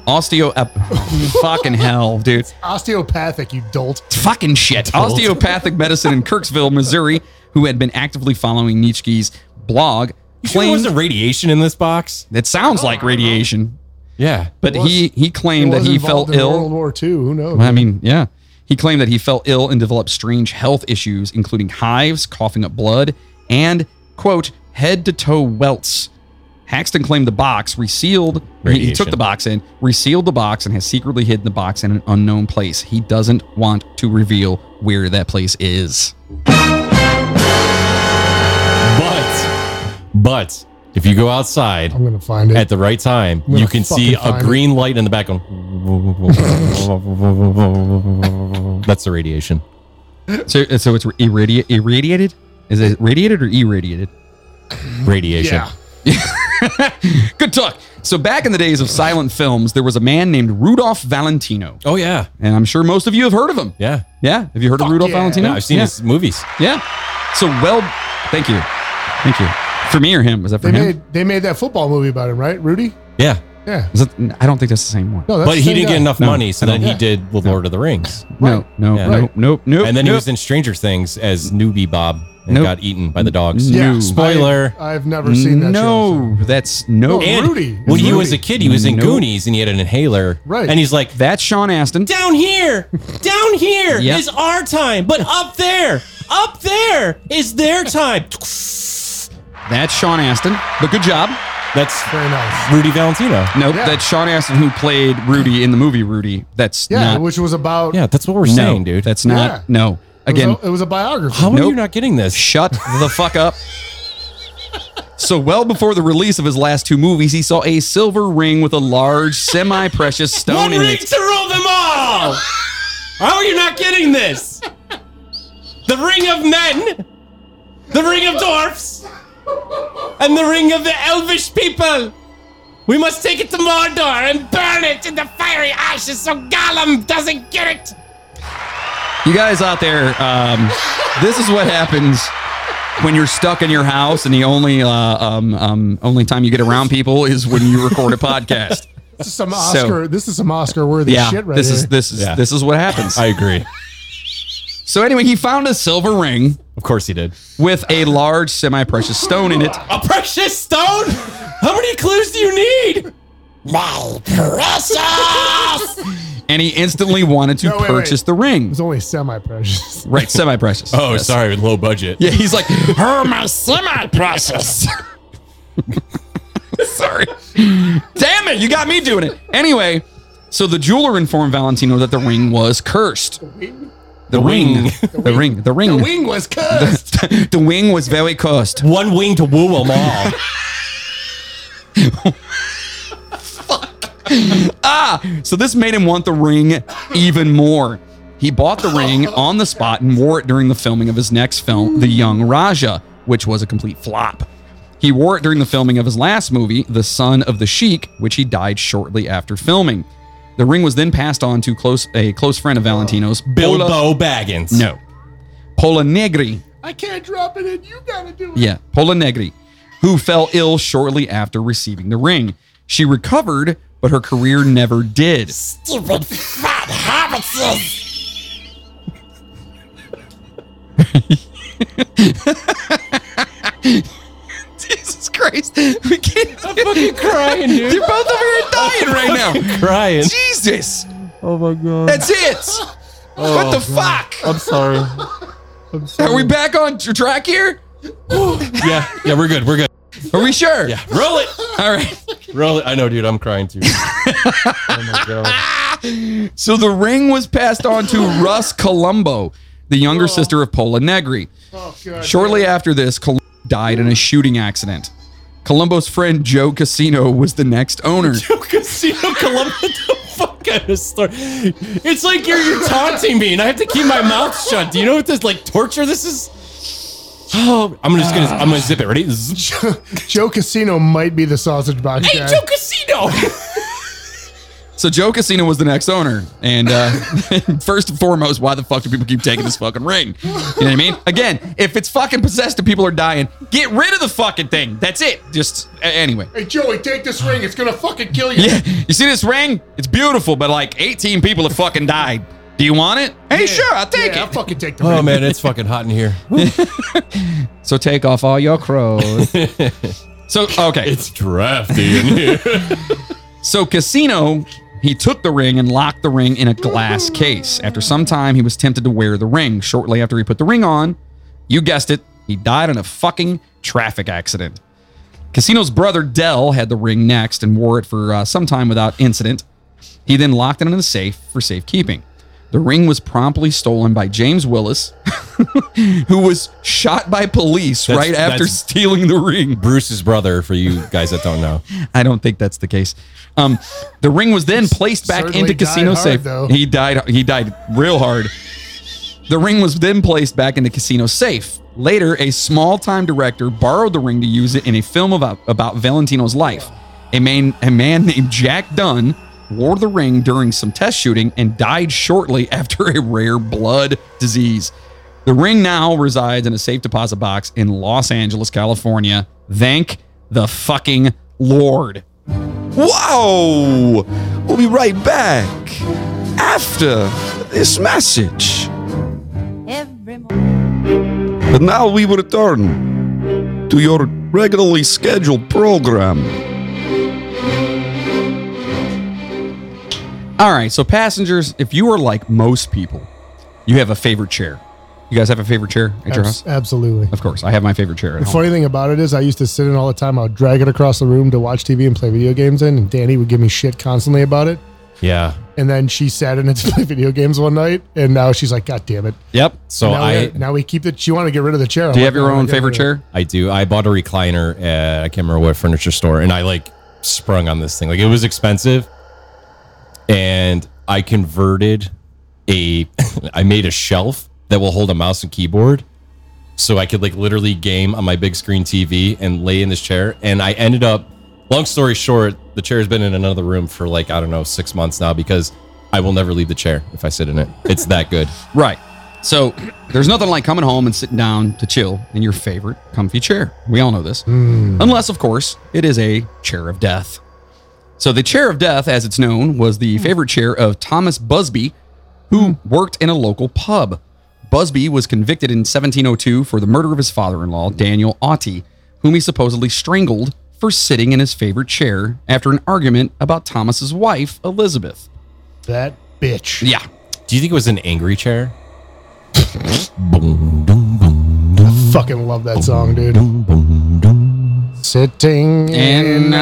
Osteo, fucking hell, dude,
Osteopathic, you dolt.
fucking shit, osteopathic medicine in Kirksville, Missouri, who had been actively following Nitschke's blog,
There
claimed
wasn't radiation in this box.
it sounds
Oh,
like radiation,
Yeah.
but he he claimed
It
that
was
he
involved
felt
in
ill.
World War II. Who knows?
Well, I mean, yeah. He claimed that he felt ill and developed strange health issues, including hives, coughing up blood, and, quote, head to toe welts. Haxton claimed the box, resealed, he- he took
Radiation.
the box in, resealed the box, and has secretly hidden the box in an unknown place. He doesn't want to reveal where that place is.
But but if you go outside
I'm gonna find it.
at the right time,
gonna
you can see
fucking
a
find
green light in the back going. That's the radiation.
So, so it's irradi- irradiated? Is it radiated or irradiated?
Radiation.
yeah.
Good talk. So, back in the days of silent films, there was a man named Rudolph Valentino.
Oh yeah.
And I'm sure most of you have heard of him.
Yeah.
Yeah. Have you heard of Rudolph
yeah.
Valentino?
Yeah, I've seen
yeah.
his movies.
Yeah. So well, thank you, thank you. For me or him? Was that for
They
him?
made they made that football movie about him, right? Rudy.
Yeah.
Yeah.
Was that, I don't think that's the same one.
No, that's
But
the
he
same
didn't
guy.
get enough
No,
money, so
I
then
don't-
he did with Lord of the Rings.
No, no,
Yeah.
no,
Right.
nope, nope.
And then he
nope.
was in Stranger Things as newbie Bob and
Nope.
got eaten by the dogs.
Yeah.
Spoiler.
I, have never seen that. show,
No, that's no.
No.
And
Rudy.
when
It's
he
Rudy.
was a kid, he was in
Nope.
Goonies and he had an inhaler.
Right.
And he's like,
That's Sean Astin.
Down here, down here is
Yep.
our time, but up there, up there is their time.
That's Sean Astin. But good job.
that's
so- Very nice.
Rudy Valentino.
Nope.
Yeah.
That's Sean Astin who played Rudy in the movie Rudy. That's
Yeah,
not.
which was about.
Yeah, that's what we're
no,
saying, dude.
That's
Yeah.
not. No.
it was
Again,
a- it was a biography.
How are
Nope.
you not getting this?
Shut the fuck up. So, well before the release of his last two movies, he saw a silver ring with a large, semi precious stone
One
in
ring
it.
to rule them all. How are you not getting this? The ring of men, the ring of dwarfs, and the ring of the elvish people. We must take it to Mordor and burn it in the fiery ashes so Gollum doesn't get it.
You guys out there, um, this is what happens when you're stuck in your house and the only uh, um, um, only time you get around people is when you record a podcast.
This is some Oscar. this is some Oscar worthy
Yeah,
shit right
this
here.
is this is
Yeah.
this is what happens.
I agree.
So anyway, he found a silver ring
Of course he did.
with a large, semi precious stone in it.
A precious stone? How many clues do you need? My precious!
and he instantly wanted to
No, wait, wait.
purchase the ring.
It's only semi precious.
Right, semi precious.
Oh, sorry, low budget.
Yeah, he's like,
Her my semi precious.
Sorry. Damn it, you got me doing it. Anyway, so the jeweler informed Valentino that the ring was cursed. The wing. The ring. The ring.
The wing was cursed.
The, the wing was very cursed. One wing to woo them all. ah, so this made him want the ring even more. He bought the ring on the spot and wore it during the filming of his next film, The Young Raja, which was a complete flop. He wore it during the filming of his last movie, The Son of the Sheik, which he died shortly after filming. The ring was then passed on to close a close friend of Valentino's,
Bilbo
Pola-
Baggins.
No, Pola Negri.
I can't drop it in. You gotta do it.
Yeah, Pola Negri, who fell ill shortly after receiving the ring. She recovered, but her career never did.
Stupid fat hobbitses!
Jesus Christ. We can't.
I'm fucking crying, dude.
You're both over here dying right now.
Crying.
Jesus.
Oh my god. Oh,
That's it. what the fuck?
I'm sorry.
Are we back on tr- track here?
yeah, yeah, we're good. We're good.
Are we sure?
Yeah. Roll it.
All right.
Roll it. I know, dude. I'm crying too. oh my god.
So the ring was passed on to Russ Colombo, the
Oh.
younger sister of Pola Negri. Shortly after this, Colombo died in a shooting accident. Colombo's friend Joe Casino was the next owner.
Casino Columbus. the fuck out of store. It's like you're, you're taunting me, and I have to keep my mouth shut. Do you know what this like torture this is?
Oh, I'm just gonna I'm gonna zip it. Ready?
Joe Casino might be the sausage box
Hey,
guy.
Joe Casino.
So Joe Casino was the next owner, and uh, first and foremost, why the fuck do people keep taking this fucking ring? You know what I mean? Again, if it's fucking possessed and people are dying, get rid of the fucking thing. That's it. Just a- anyway.
Hey Joey, take this ring. It's gonna fucking kill you.
Yeah, you see this ring? It's beautiful, but like 18 people have fucking died. Do you want it? Hey, sure, I'll take
Yeah, I'll
it.
fucking take the
Oh
ring.
man, it's fucking hot in here.
So take off all your clothes. so okay.
It's drafty in here.
So Casino, he took the ring and locked the ring in a glass case. After some time, he was tempted to wear the ring. Shortly after he put the ring on, you guessed it, he died in a fucking traffic accident. Casino's brother Dell had the ring next and wore it for uh, some time without incident. He then locked it in a safe for safekeeping. The ring was promptly stolen by James Willis, who was shot by police
That's-
right after
that's-
stealing the ring.
Bruce's brother, for you guys that don't know.
I don't think that's the case. Um, the ring was then placed back
Certainly
into
died
casino
hard,
safe.
though.
He died. He died real hard. The ring was then placed back into casino safe. Later, a small-time director borrowed the ring to use it in a film about, about Valentino's life. A man, a man named Jack Dunn wore the ring during some test shooting and died shortly after a rare blood disease. The ring now resides in a safe deposit box in Los Angeles, California. Thank the fucking Lord.
Wow! We'll be right back after this message.
Every morning.
And now we return to your regularly scheduled program.
All right, so passengers, if you are like most people, you have a favorite chair. You guys have a favorite chair at your
Abs-
house?
absolutely.
Of course, I have my favorite chair at
The
home.
funny thing about it is, I used to sit in all the time. I would drag it across the room to watch TV and play video games in, and Danny would give me shit constantly about it.
Yeah.
And then she sat in it to play video games one night, and now she's like, "God damn it!"
Yep.
So
now,
I
we, now we keep the. She wanted to get rid of the chair. I'm
Do you
like,
have
"No,
your
Oh, I wanna
own
get rid
favorite
of it."
chair?
I do. I bought a recliner at I can't remember what furniture store, and I like sprung on this thing. Like it was expensive, and I converted a. I made a shelf that will hold a mouse and keyboard, so I could like literally game on my big screen TV and lay in this chair. And I ended up. Long story short, the chair has been in another room for like I don't know six months now because I will never leave the chair if I sit in it. It's that good.
Right. So there's nothing like coming home and sitting down to chill in your favorite comfy chair. We all know this. Unless, of course, it is a chair of death. So the chair of death, as it's known, was the favorite chair of Thomas Busby, who worked in a local pub. Busby was convicted in 1702 for the murder of his father-in-law, Daniel Otte, whom he supposedly strangled for sitting in his favorite chair after an argument about Thomas's wife, Elizabeth.
That bitch.
Yeah.
Do you think it was an angry chair?
Fucking love that song, dude. Sitting
in an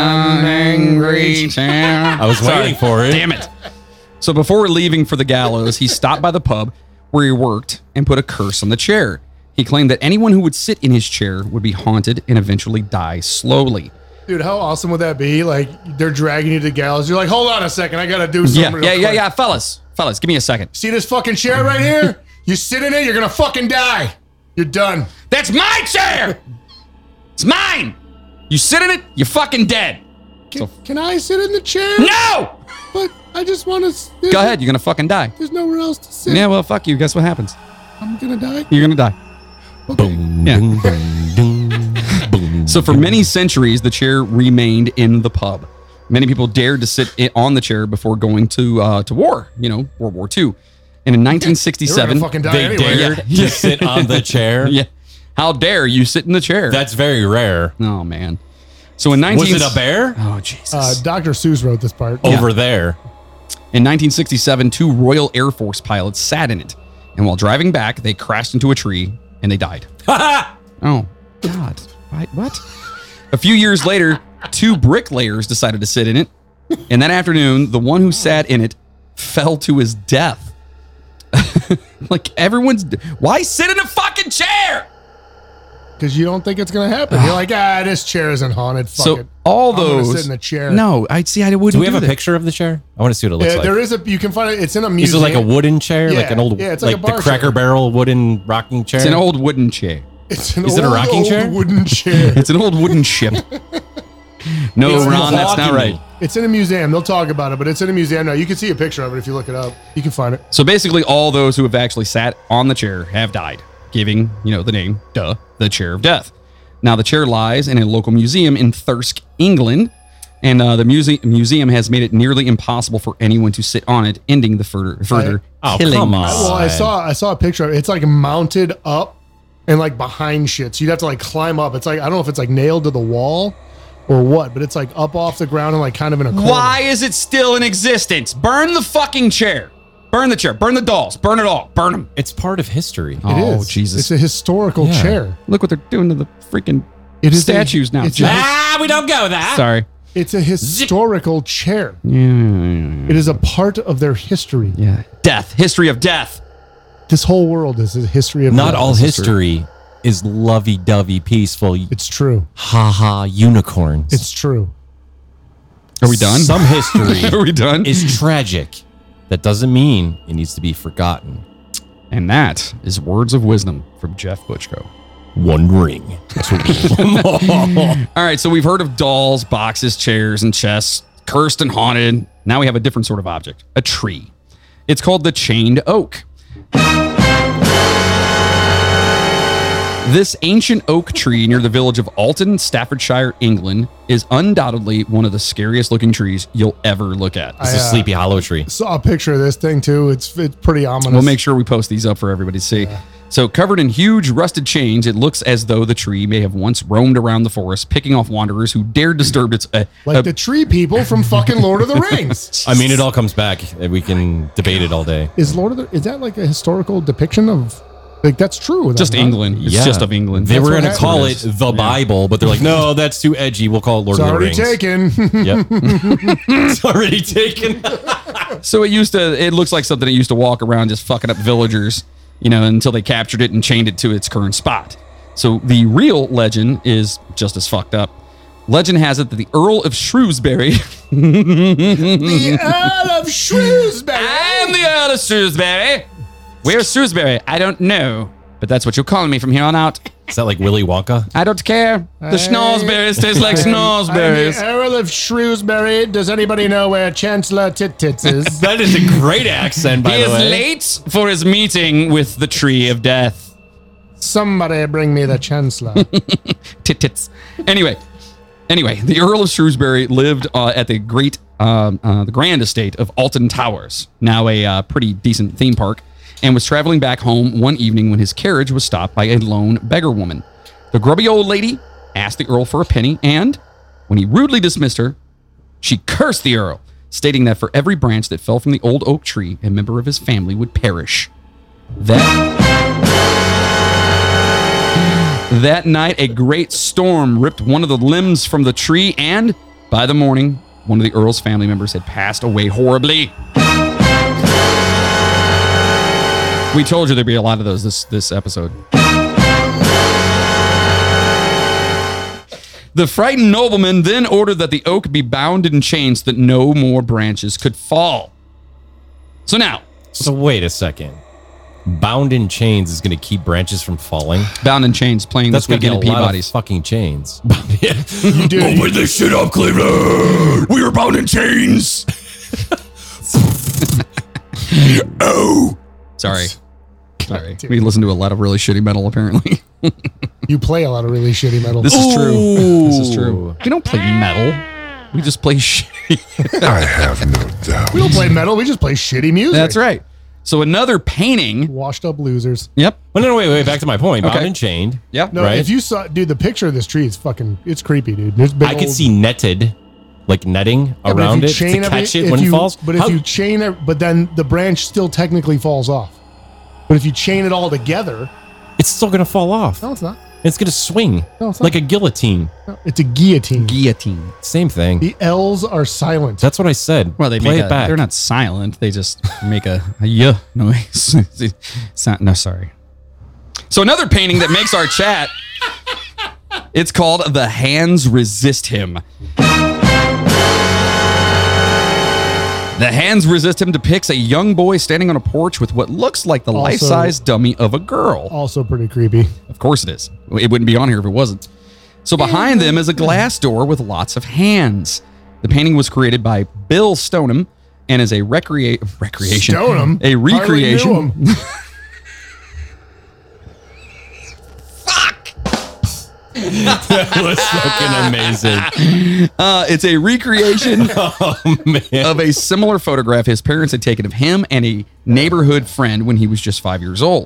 angry chair.
I was waiting for it.
Damn it. So before leaving for the gallows, he stopped by the pub where he worked and put a curse on the chair. He claimed that anyone who would sit in his chair would be haunted and eventually die slowly.
Dude, how awesome would that be? Like they're dragging you to gallows. You're like, hold on a second, I gotta do something.
yeah,
real
yeah, yeah,
quick."
yeah, fellas, fellas, give me a second.
See this fucking chair right here? You sit in it, you're gonna fucking die. You're done.
That's my chair. It's mine. You sit in it, you're fucking dead. So,
Can I sit in the chair?
No!
But I just wanna. sit-
go ahead, you're gonna fucking die.
There's nowhere else to sit.
Yeah, well, fuck you. Guess what happens?
I'm gonna die.
You're gonna die. Boom, yeah. so for many centuries, the chair remained in the pub. Many people dared to sit i- on the chair before going to uh, to war. You know, World War II. And in 1967,
They were gonna fucking die They anyway. dared to
sit on the chair?
Yeah. How dare you sit in the chair?
That's very rare.
Oh man. So in 19
Was it a bear?
Oh Jesus.
Uh, Dr. Seuss wrote this part.
Over there.
In 1967, two Royal Air Force pilots sat in it, and while driving back, they crashed into a tree and they died. oh, God. Why- What? A few years later, two bricklayers decided to sit in it, and that afternoon, the one who sat in it fell to his death. like, everyone's. Why sit in a fucking chair?
Because you don't think it's gonna happen. You're like, ah, this chair isn't haunted. Fuck
So,
it.
all
I'm gonna
those.
sit in the chair.
No, I see. I wouldn't
Do we have
do
a
that.
picture of the chair? I want to see what it looks
Yeah,
like.
there is a. You can find it. It's in a
Is it
museum.
like a wooden chair, like
Yeah,
an old,
yeah, it's like
like,
a
the
bar
Cracker
chair.
Barrel wooden rocking chair?
It's an old wooden chair.
It's an
Is it a
old,
rocking
old
chair?
Wooden chair.
It's an old wooden ship. No,
It's
Ron, that's not
Milwaukee.
right.
It's in a museum. They'll talk about it, but it's in a museum now. You can see a picture of it if you look it up. You can find it.
So basically, all those who have actually sat on the chair have died, giving, you know, the name, duh, the chair of death. Now, the chair lies in a local museum in Thirsk, England, and uh, the muse- museum has made it nearly impossible for anyone to sit on it, ending the further, further
Oh,
killings.
come on.
Well, I saw I saw a picture of it. It's like mounted up and like behind shit. So you'd have to like climb up. It's like I don't know if it's like nailed to the wall or what, but it's like up off the ground and like kind of in a corner.
Why is it still in existence? Burn the fucking chair. Burn the chair. Burn the dolls. Burn it all. Burn them.
It's part of history.
It
oh,
is.
Jesus.
It's a historical
Yeah.
chair.
Look what they're doing to the freaking
It is a-
statues now.
it's a-
Jesus.
Ah, we don't go there.
Sorry.
It's a historical chair. It is a part of their history.
Yeah. Death. History of death.
This whole world is a history of love.
Not all history is lovey dovey, peaceful,
It's true.
ha ha unicorns.
It's true.
Are we done?
Some history
Are we done?
is tragic. That doesn't mean it needs to be forgotten.
And that is words of wisdom from Jeff Butchko.
One ring.
All right, so we've heard of dolls, boxes, chairs, and chests, cursed and haunted. Now we have a different sort of object a tree. It's called the chained oak. This ancient oak tree near the village of Alton, Staffordshire, England, is undoubtedly one of the scariest looking trees you'll ever look at.
It's a
I, uh,
Sleepy Hollow tree.
Saw a picture of this thing too. It's it's pretty ominous.
We'll make sure we post these up for everybody to see. So, covered in huge rusted chains, it looks as though the tree may have once roamed around the forest, picking off wanderers who dared disturb its. Uh,
like
uh,
the tree people from fucking Lord of the Rings.
I mean, it all comes back. We can debate it all day.
Is Lord of the is that like a historical depiction of like that's true?
just
then, right?
England. It's
Yeah.
just of England.
They were
what
going to call it
happens.
the Bible, but they're like, no, that's too edgy. We'll call it
It's
Lord of the
already
Rings.
taken.
Yep. it's already taken.
so it used to. It looks like something that used to walk around just fucking up villagers, you know, until they captured it and chained it to its current spot. So the real legend is just as fucked up. Legend has it that the Earl of Shrewsbury
the Earl of Shrewsbury.
I'm the Earl of Shrewsbury. Where's Shrewsbury? I don't know. But that's what you'll call me from here on out.
Is that like Willy Wonka?
I don't care. The schnozberries taste like
I'm the
schnozberries.
Earl of Shrewsbury. Does anybody know where Chancellor Tit Tits is?
That is a great accent, by
He is
the way.
late for his meeting with the Tree of Death.
Somebody bring me the Chancellor.
Tit tits. Anyway, anyway, the Earl of Shrewsbury lived uh, at the great, um, uh, the grand estate of Alton Towers, now a uh, pretty decent theme park, and was traveling back home one evening when his carriage was stopped by a lone beggar woman. The grubby old lady asked the Earl for a penny, and when he rudely dismissed her, she cursed the Earl, stating that for every branch that fell from the old oak tree, a member of his family would perish. That. That night, a great storm ripped one of the limbs from the tree, and by the morning, one of the Earl's family members had passed away horribly. We told you there'd be a lot of those this this episode. The frightened nobleman then ordered that the oak be bound in chains that no more branches could fall. So now,
So wait a second. Bound in chains is going to keep branches from falling.
Bound in chains playing
That's
this
going to be
weekend at
a lot of
Peabody's.
fucking chains.
Open this shit up, Cleveland. We were bound in chains.
oh, sorry, sorry. We listened to a lot of really shitty metal, apparently.
You play a lot of really shitty metal.
This is true. This is true. We don't play metal. We just play shitty. I have no doubt.
We don't play metal. We just play shitty music.
That's right. So another painting.
Washed up losers.
Yep.
Well, no, no, wait, wait. Back to my point.
Okay.
Bound and chained.
Yeah.
No,
right.
if you saw, dude, the picture of this tree is fucking. It's creepy, dude. There's big
I could
old-
see netted, like netting
Yeah, but if
around
you
it to
chain every-
catch it
if
when
you-
it falls.
But if
How-
you chain it, but then the branch still technically falls off. But if you chain it all together,
it's still gonna fall off.
No, it's not.
It's going to swing
No, it's not.
like a guillotine.
It's a guillotine.
Guillotine.
Same thing.
The L's are silent.
That's what I said.
Well, they
Play
make
it
a-
back.
They're not silent. They just make a, a yeah noise. It's not- no, sorry. So another painting that makes our chat. It's called "The Hands Resist Him." The Hands Resist Him depicts a young boy standing on a porch with what looks like the
Also-
life-size dummy of a girl.
Also pretty creepy.
Of course it is. It wouldn't be on here if it wasn't. So behind them is a glass door with lots of hands. The painting was created by Bill Stoneham and is a recrea- recreation.
Stoneham?
A
Hardly knew
recreation.
that was fucking amazing. Oh,
Uh, it's a recreation of a similar photograph his parents had taken of him and a neighborhood friend when he was just five years old.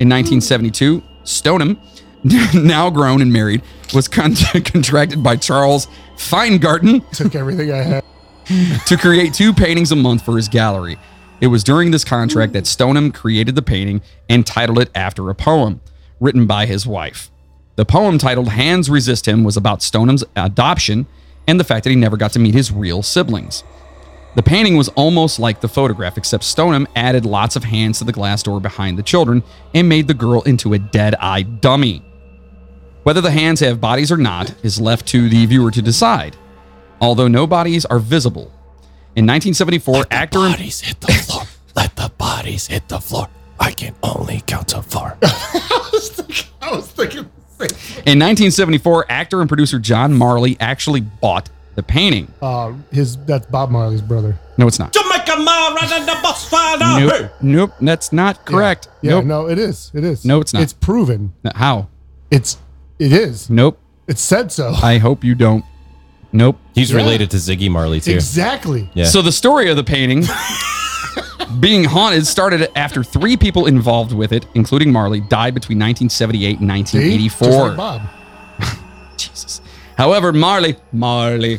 In 1972, Stoneham, now grown and married, was con- contracted by Charles Feingarten
Took everything I had.
to create two paintings a month for his gallery. It was during this contract that Stoneham created the painting and titled it after a poem written by his wife. The poem titled Hands Resist Him was about Stoneham's adoption and the fact that he never got to meet his real siblings. The painting was almost like the photograph, except Stoneham added lots of hands to the glass door behind the children and made the girl into a dead eyed dummy. Whether the hands have bodies or not is left to the viewer to decide, although no bodies are visible. In 1974, actor
Bodies hit the floor. Let the bodies hit the floor. I can only count to four.
I was thinking.
in 1974, actor and producer John Marley actually bought the painting.
Uh, his that's Bob Marley's brother.
No, it's not.
Jamaica Ma running the bus fired up.
Nope, nope that's not correct.
Yeah,
nope.
no, it is. It is.
No, it's not.
It's proven.
How?
It's. It is.
Nope.
It said so.
I hope you don't. Nope.
He's
Yeah.
related to Ziggy Marley too.
Exactly.
Yeah.
So the story of the painting being haunted started after three people involved with it, including Marley, died between 1978 and
See? Just like
1984.
Bob.
Jesus. However, Marley, Marley,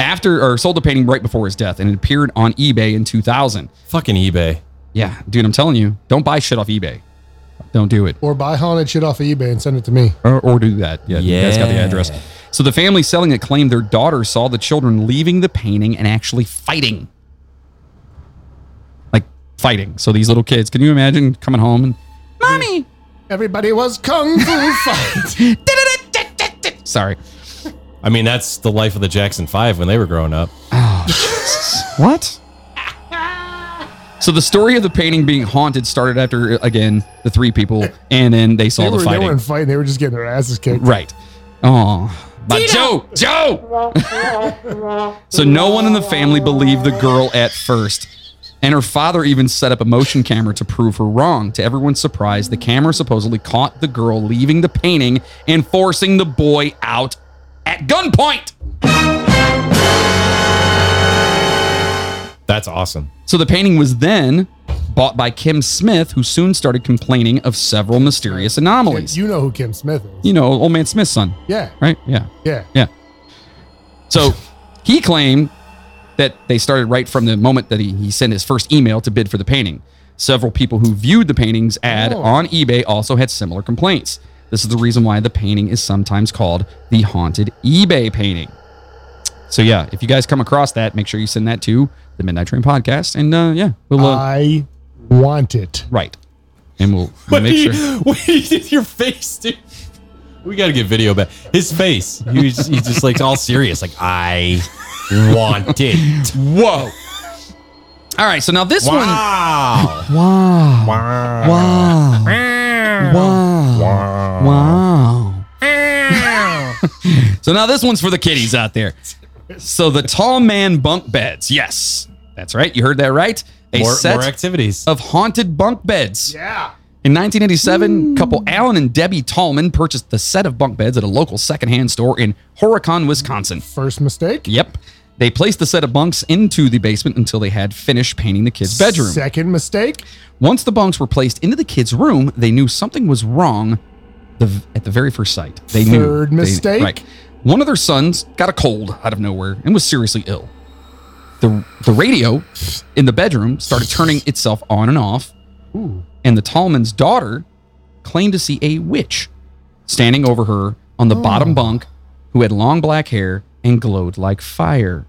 after or sold the painting right before his death, and it appeared on eBay in 2000.
Fucking eBay.
Yeah, dude, I'm telling you, don't buy shit off eBay. Don't do it.
Or buy haunted shit off of eBay and send it to me.
Or, or do that. Yeah, you guys got the
Yeah.
address. So the family selling it claimed their daughter saw the children leaving the painting and actually fighting. Like fighting. So these little kids, can you imagine coming home and Mommy!
Everybody was kung fu fight.
sorry.
I mean, that's the life of the Jackson Five when they were growing up.
Oh, What? So the story of the painting being haunted started after again the three people, and then they saw
they,
the
were, they
fighting.
weren't fighting. They were just getting their asses kicked.
Right. Oh, but Joe, Joe. So no one in the family believed the girl at first, and her father even set up a motion camera to prove her wrong. To everyone's surprise, the camera supposedly caught the girl leaving the painting and forcing the boy out at gunpoint.
That's awesome.
So the painting was then bought by Kim Smith, who soon started complaining of several mysterious anomalies.
You know who Kim Smith is.
You know, old man Smith's son,
Yeah.
right? Yeah.
Yeah.
Yeah. So he claimed that they started right from the moment that he, he sent his first email to bid for the painting. Several people who viewed the painting's ad
Oh.
on eBay also had similar complaints. This is the reason why the painting is sometimes called the haunted eBay painting. So yeah, if you guys come across that, make sure you send that to the Midnight Train podcast, and uh, yeah, we'll. Uh,
I want it.
Right. And we'll, we'll
What
make
you-
sure.
what you did your face, dude? We got to get video back. His face. He was, he's just like all serious. Like, I want it.
Whoa. All right, so now this one.
Wow.
Wow. Wow. Wow. Wow. so now this one's for the kiddies out there. So the tall man bunk beds. Yes. That's right. You heard that right. A
More-
set
more activities
of haunted bunk beds. Yeah. In
Hmm.
1987, couple Alan and Debbie Tallman purchased the set of bunk beds at a local secondhand store in Horicon, Wisconsin.
First mistake.
Yep. They placed the set of bunks into the basement until they had finished painting the kids' bedroom.
Second mistake.
Once the bunks were placed into the kids' room, they knew something was wrong the, at the very first sight. They knew.
Third
They-
mistake.
right. One of their sons got a cold out of nowhere and was seriously ill. The, the radio in the bedroom started turning itself on and off, and the Tallman's daughter claimed to see a witch standing over her on the
Oh.
bottom bunk who had long black hair and glowed like fire.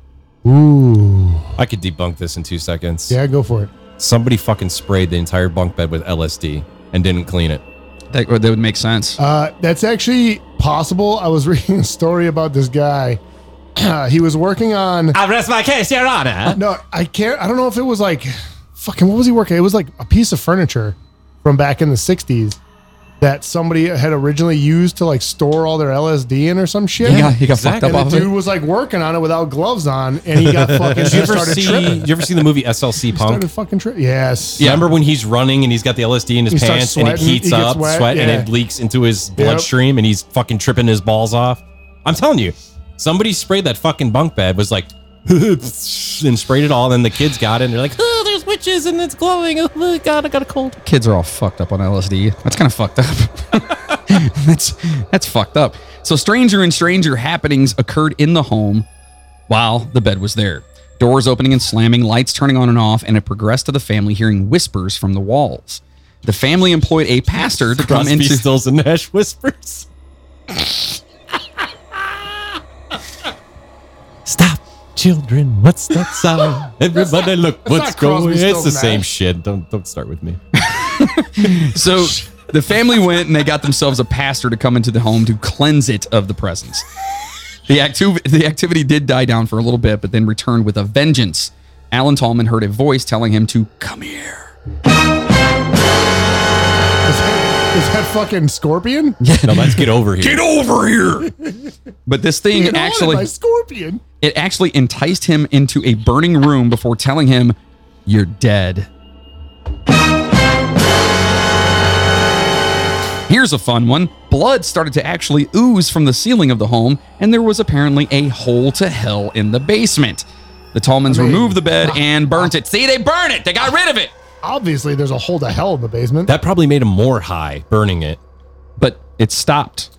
Ooh.
I could debunk this in two seconds.
Yeah, go for it.
Somebody fucking sprayed the entire bunk bed with LSD and didn't clean it.
That, that would make sense.
Uh, that's actually possible. I was reading a story about this guy. he was working on.
I rest my case, Your Honor.
No, I can't. I don't know if it was like, fucking, what was he working? It was like a piece of furniture from back in the '60s that somebody had originally used to like store all their LSD in or some shit.
He got- he got fucked up
And the
off of it.
dude was like working on it without gloves on, and he got fucking.
Did you ever
started
see?
tripping.
You ever seen the movie SLC Punk?
Started fucking tripping. Yes.
Yeah. Remember when he's running and he's got the LSD in his
He starts
pants and it
sweating,
heats
he gets
up,
wet,
sweat, and
yeah.
it leaks into his bloodstream and he's fucking tripping his balls off? I'm telling you, somebody sprayed that fucking bunk bed, was like, and sprayed it all. Then the kids got it and they're like,
Oh, there's witches and it's glowing. Oh my god, I got a cold.
kids are all fucked up on LSD. That's kind of fucked up. that's that's fucked up. So stranger and stranger happenings occurred in the home while the bed was there. Doors opening and slamming, lights turning on and off, and it progressed to the family hearing whispers from the walls. The family employed a pastor to come
Crosby,
into
Stills and Nash whispers.
Stop, children. What's that sound?
Everybody, look
that's
what's
not Crosby,
going. It's
Stills,
the same
Nash.
shit. Don't don't start with me.
So the family went and they got themselves a pastor to come into the home to cleanse it of the presence. The, activ- the activity did die down for a little bit, but then returned with a vengeance. Alan Tallman heard a voice telling him to come here.
Is that fucking scorpion?
No, let's get over here.
Get over here! But this thing
Get on it, my
actually
scorpion.
it actually enticed him into a burning room before telling him, "You're dead." Here's a fun one. Blood started to actually ooze from the ceiling of the home, and there was apparently a hole to hell in the basement. The Tallmans
I mean-
removed the bed and burnt it. See, they burn it. They got rid of it.
Obviously, there's a hole to hell in the basement.
That probably made him more high burning it.
But it stopped.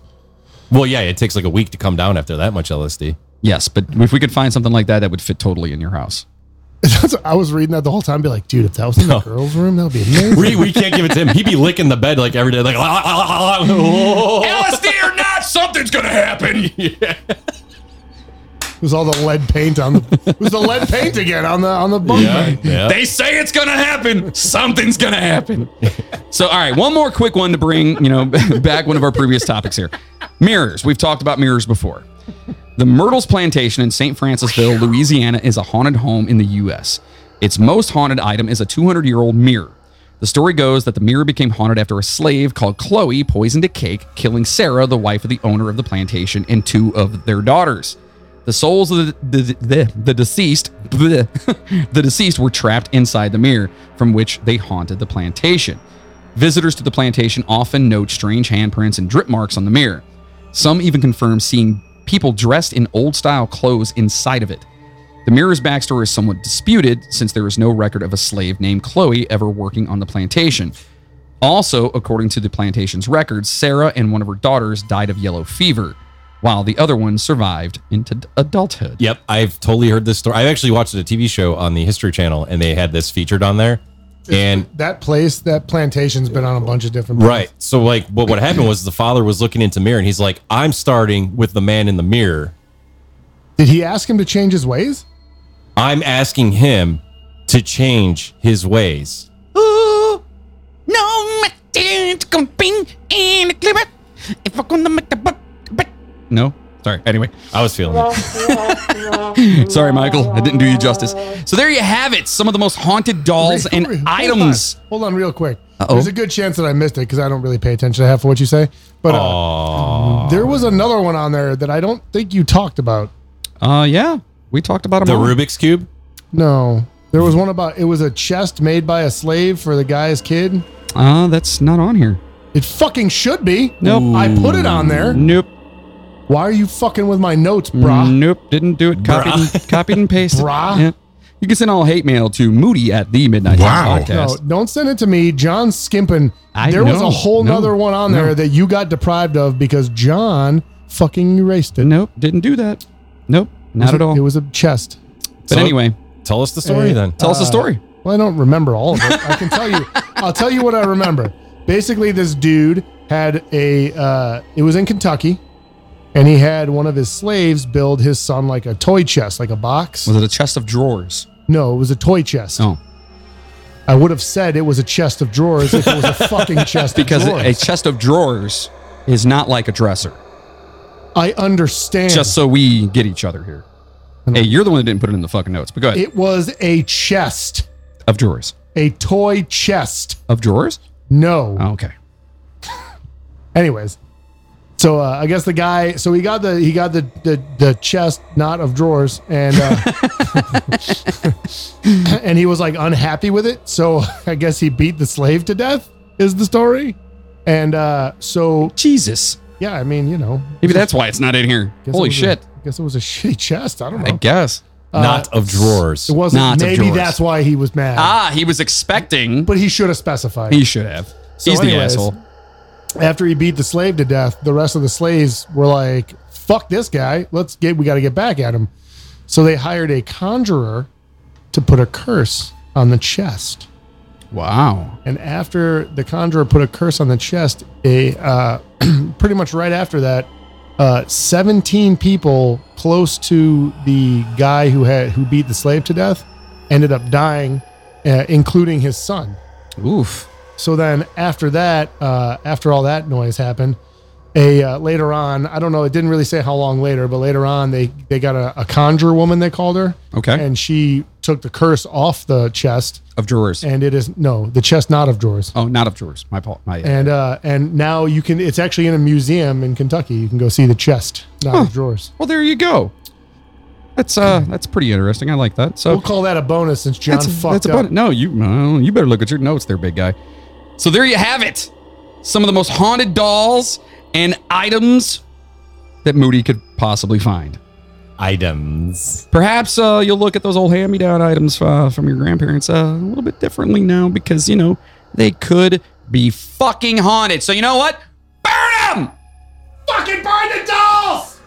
Well, yeah, it takes like a week to come down after that much LSD.
Yes, but if we could find something like that, that would fit totally in your house.
That's- I was reading that the whole time. Be like, dude, if that was in the girls' room, that would be amazing.
We, we can't give it to him. He'd be licking the bed like every day, like
Oh.
LSD or not, something's gonna happen.
It was all the lead paint on the. It was the lead paint again on the on the bunk bed.
They say it's gonna happen. Something's gonna happen. so, all right, one more quick one to bring, you know, back one of our previous topics here. Mirrors. We've talked about mirrors before. The Myrtles Plantation in St. Francisville, Louisiana, is a haunted home in the U.S. Its most haunted item is a 200 year old mirror. The story goes that the mirror became haunted after a slave called Chloe poisoned a cake, killing Sarah, the wife of the owner of the plantation, and two of their daughters. The souls of the, the, the, the deceased bleh, the deceased were trapped inside the mirror, from which they haunted the plantation. Visitors to the plantation often note strange handprints and drip marks on the mirror. Some even confirm seeing people dressed in old style clothes inside of it. The mirror's backstory is somewhat disputed since there is no record of a slave named Chloe ever working on the plantation. Also, according to the plantation's records, Sarah and one of her daughters died of yellow fever, while the other one survived into d- adulthood.
Yep, I've totally heard this story. I actually watched a TV show on the History Channel, and they had this featured on there. and
That place, that plantation's been on a bunch of different.
Right. So like what what happened was the father was looking into mirror and he's like, I'm starting with the man in the mirror.
Did he ask him to change his ways?
I'm asking him to change his ways.
No, my dad's gonna be in the clear. If I'm gonna make the butt,
No? Sorry. Anyway,
I was feeling
it. Sorry, Michael. I didn't do you justice. So there you have it. Some of the most haunted dolls and
Hold
items.
on. Hold on, real quick.
Uh-oh.
There's a good chance that I missed it because I don't really pay attention to half of what you say. But uh, there was another one on there that I don't think you talked about.
Uh, yeah. We talked about 'em
The
all.
Rubik's Cube?
No, there was one about it was a chest made by a slave for the guy's kid.
Uh, that's not on here.
It fucking should be.
Nope.
I put it on there.
Nope. Mm,
Why are you fucking with my notes, brah?
Nope, didn't do it. Copied, and, copied and pasted.
Brah.
Yeah. You can send all hate mail to Moody at the Midnight Wow.
No,
Podcast.
don't send it to me. John Skimpin.
I
there was
know.
a whole
No.
nother one on
No.
there that you got deprived of because John fucking erased it.
Nope, didn't do that. Nope, not at all.
It was a chest.
But anyway,
tell us the story
Uh,
then.
Tell us the
uh,
story.
Well, I don't remember all of it. I can tell you. I'll tell you what I remember. Basically, this dude had a. Uh, it was in Kentucky, and he had one of his slaves build his son like a toy chest, like a box.
Was it a chest of drawers?
No, it was a toy chest.
Oh.
I would have said it was a chest of drawers if it was a fucking chest
Because
of
a
drawers.
chest of drawers is not like a dresser.
I understand.
Just so we get each other here. Hey, you're the one that didn't put it in the fucking notes, but go ahead.
It was a chest,
of drawers.
a toy chest.
Of drawers?
No.
Oh, okay.
Anyways, so uh, I guess the guy, so he got the he got the the, the chest not of drawers, and uh, and he was like unhappy with it. So I guess he beat the slave to death. Is the story? And uh, so
Jesus.
Yeah, I mean, you know,
Maybe that's why it's not in here.
guess it
Holy
was a-
shit.
I guess it was a shitty chest. I don't know.
I guess.
Not of drawers.
It wasn't.
Not of
maybe
drawers.
that's why he was mad.
Ah, he was expecting.
But he should have specified.
He should have.
So
He's the
anyways,
asshole.
After he beat the slave to death, the rest of the slaves were like, "Fuck this guy! Let's get. We got to get back at him." So they hired a conjurer to put a curse on the chest.
Wow.
And after the conjurer put a curse on the chest, a uh, pretty much right after that, uh, seventeen people close to the guy who had who beat the slave to death ended up dying, uh, including his son.
Oof.
So then after that, uh, after all that noise happened, a uh, later on, I don't know, it didn't really say how long later, but later on they they got a, a conjure woman they called her.
Okay.
and she took the curse off the chest
Of drawers.
and it is no the chest not of drawers
Oh, not of drawers. My fault. My
and uh and now you can it's actually in a museum in kentucky you can go see the chest not
Huh.
of drawers
Well, there you go. That's uh, that's pretty interesting. I like that. So
we'll call that a bonus since john
that's,
fucked
that's
up
about it. No, you no, you better look at your notes, there, big guy. So there you have it. Some of the most haunted dolls and items that Moody could possibly find.
Items.
Perhaps uh, you'll look at those old hand-me-down items uh, from your grandparents uh, a little bit differently now because you know they could be fucking haunted. So you know what? Burn them.
Fucking burn the dolls!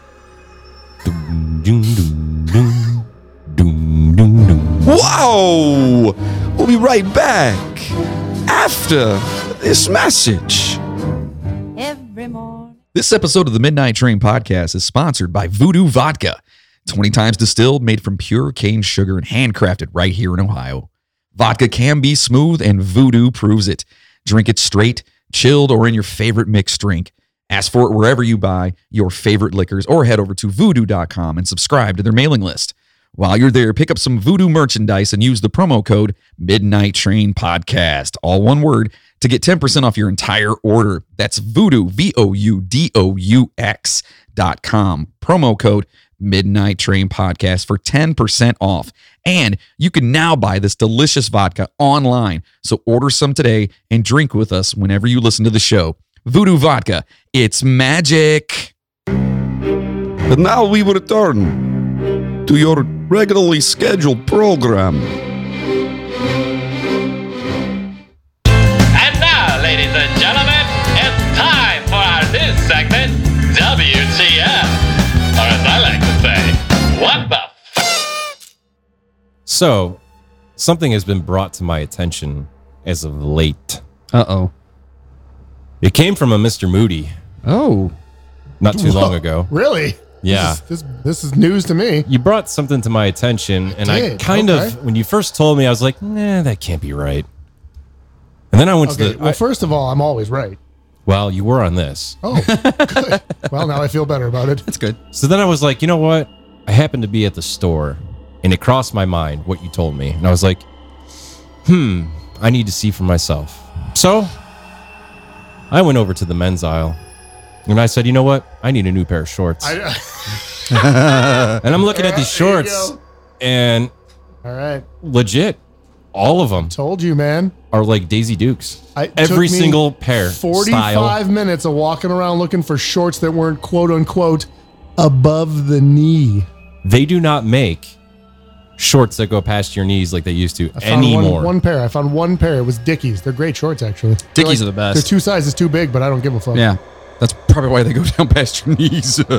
Wow! We'll be right back after this message.
Every morning.
This episode of the Midnight Train podcast is sponsored by Voodoo Vodka, 20 times distilled, made from pure cane sugar, and handcrafted right here in Ohio. Vodka can be smooth, and Voodoo proves it. Drink it straight, chilled, or in your favorite mixed drink. Ask for it wherever you buy your favorite liquors, or head over to voodoo.com and subscribe to their mailing list. While you're there, pick up some voodoo merchandise and use the promo code Midnight Train Podcast, all one word, to get 10% off your entire order. That's voodoo, V O U D O U X dot com. Promo code Midnight Train Podcast for 10% off. And you can now buy this delicious vodka online. So order some today and drink with us whenever you listen to the show. Voodoo Vodka, it's magic.
And now we return to your regularly scheduled program.
And now, ladies and gentlemen, it's time for our new segment, WTF. Or as I like to say, what the
So something has been brought to my attention as of late.
Uh oh.
It came from a Mr. Moody.
Oh.
Not too long
Whoa,
ago.
Really?
Yeah.
This, this is news to me.
You brought something to my attention, and I
did,
kind
okay.
of, when you first told me, I was like, nah, that can't be right. And then I went
Okay.
to the.
well,
I-
first of all, I'm always right.
well, you were on this.
Oh, good. well, now I feel better about it.
That's good.
So then I was like, you know what? I happened to be at the store and it crossed my mind what you told me. And I was like, hmm, I need to see for myself. So I went over to the men's aisle and I said, you know what? I need a new pair of shorts. and I'm looking at these
All right, there you
shorts
go.
and
All right.
legit, all of them
Told you, man.
are like Daisy Dukes.
I- it took
Every
me
single pair.
45
style.
minutes of walking around looking for shorts that weren't quote unquote above the knee.
They do not make shorts that go past your knees like they used to
I found
anymore.
One, one pair. I found one pair. It was Dickies. They're great shorts, actually. They're
Dickies are the best.
They're two sizes too big, but I don't give a fuck.
Yeah. That's probably why they go down past your knees.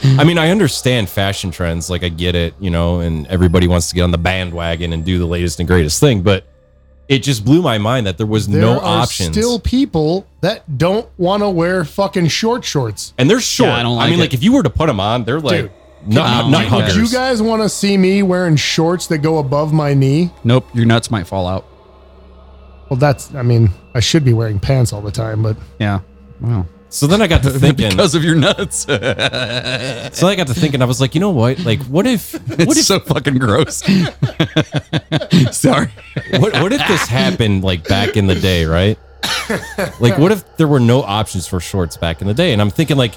Yeah. I mean, I understand fashion trends. Like, I get it, you know, and everybody wants to get on the bandwagon and do the latest and greatest thing. But it just blew my mind that there was
There
no
are
options.
Still, people that don't want to wear fucking short shorts.
and they're short.
Yeah,
I,
I don't like
mean,
it.
like, if you were to put them on, they're like
Dude,
nut,
Dude,
nut
you-
huggers.
Do you guys want to see me wearing shorts that go above my knee?
Nope. Your nuts might fall out.
Well, that's. I mean, I should be wearing pants all the time, but
Yeah. Wow.
so then I got to thinking.
because of your nuts. so
so I got to thinking. I was like, you know what? Like, what if? What
It's
if?
so fucking gross. Sorry.
what, what if this happened like back in the day, right? Like, what if there were no options for shorts back in the day? And I'm thinking, like,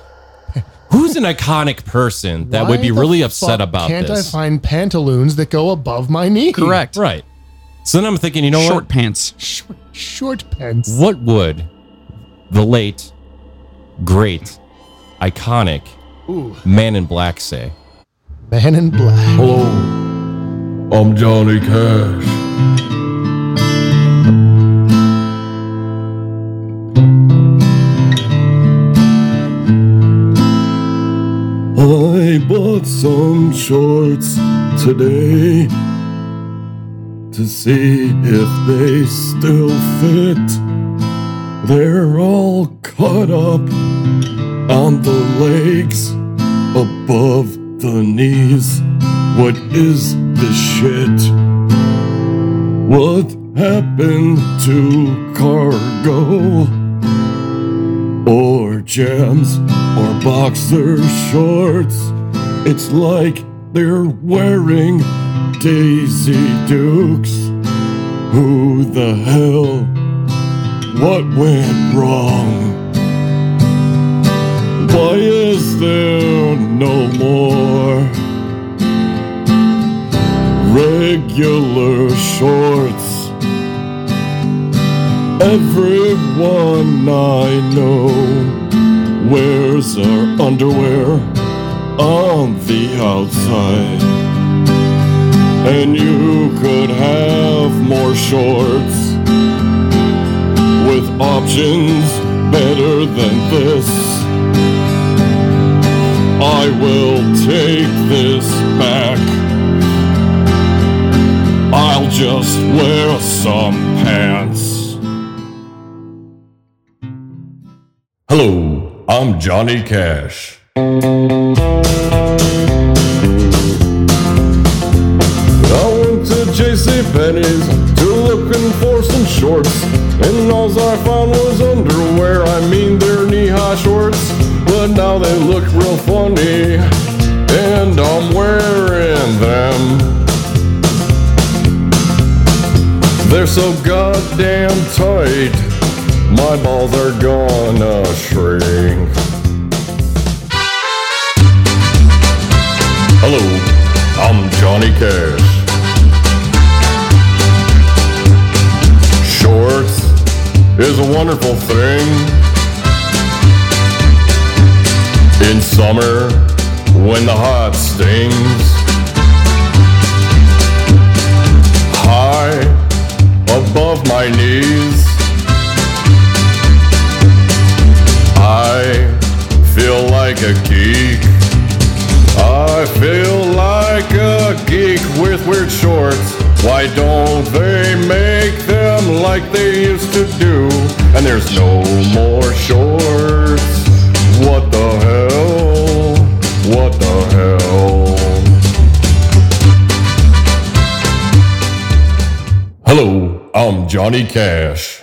who's an iconic person that would
why
be
the
really upset
fuck
about
can't I
this?
find pantaloons that go above my knee?
Right. So then I'm thinking, you know
Short
what?
pants.
Short, short pants.
What would the late, great, iconic
Ooh.
man in black say?
Man in black.
Hello, I'm Johnny Cash. I bought some shorts today to see if they still fit. They're all cut up on the legs above the knees. What is this shit? What happened to cargo? Or jams or boxer shorts? It's like they're wearing Daisy Dukes. Who the hell? What went wrong? Why is there no more regular shorts? Everyone I know wears our underwear on the outside. And you could have more shorts with options better than this. I will take this back. I'll just wear some pants. Hello, I'm Johnny Cash. I went to JCPenney's to looking for some shorts, and alls I found was underwear. I mean, they're knee high shorts, but now they look real funny, and I'm wearing them. They're so goddamn tight, my balls are gonna shrink. Hello, I'm Johnny Cash. Shorts is a wonderful thing. In summer, when the hot stings, high above my knees, I feel like a geek. I feel like a geek with weird shorts. Why don't they make them like they used to do. And there's no more shorts. What the hell? What the hell? Hello, I'm Johnny Cash.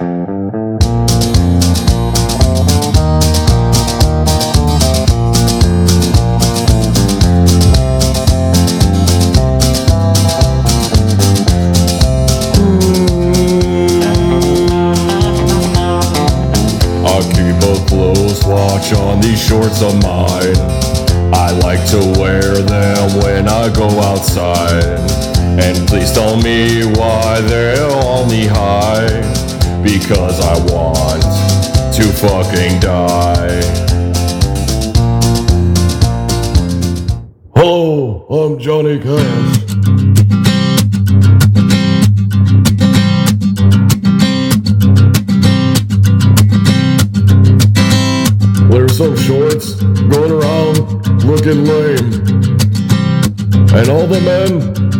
I keep a close watch on these shorts of mine. I like to wear them when I go outside. And please tell me why they're on the high. Because I want to fucking die. Hello, I'm Johnny Cash. There's some shorts going around looking lame. And all the men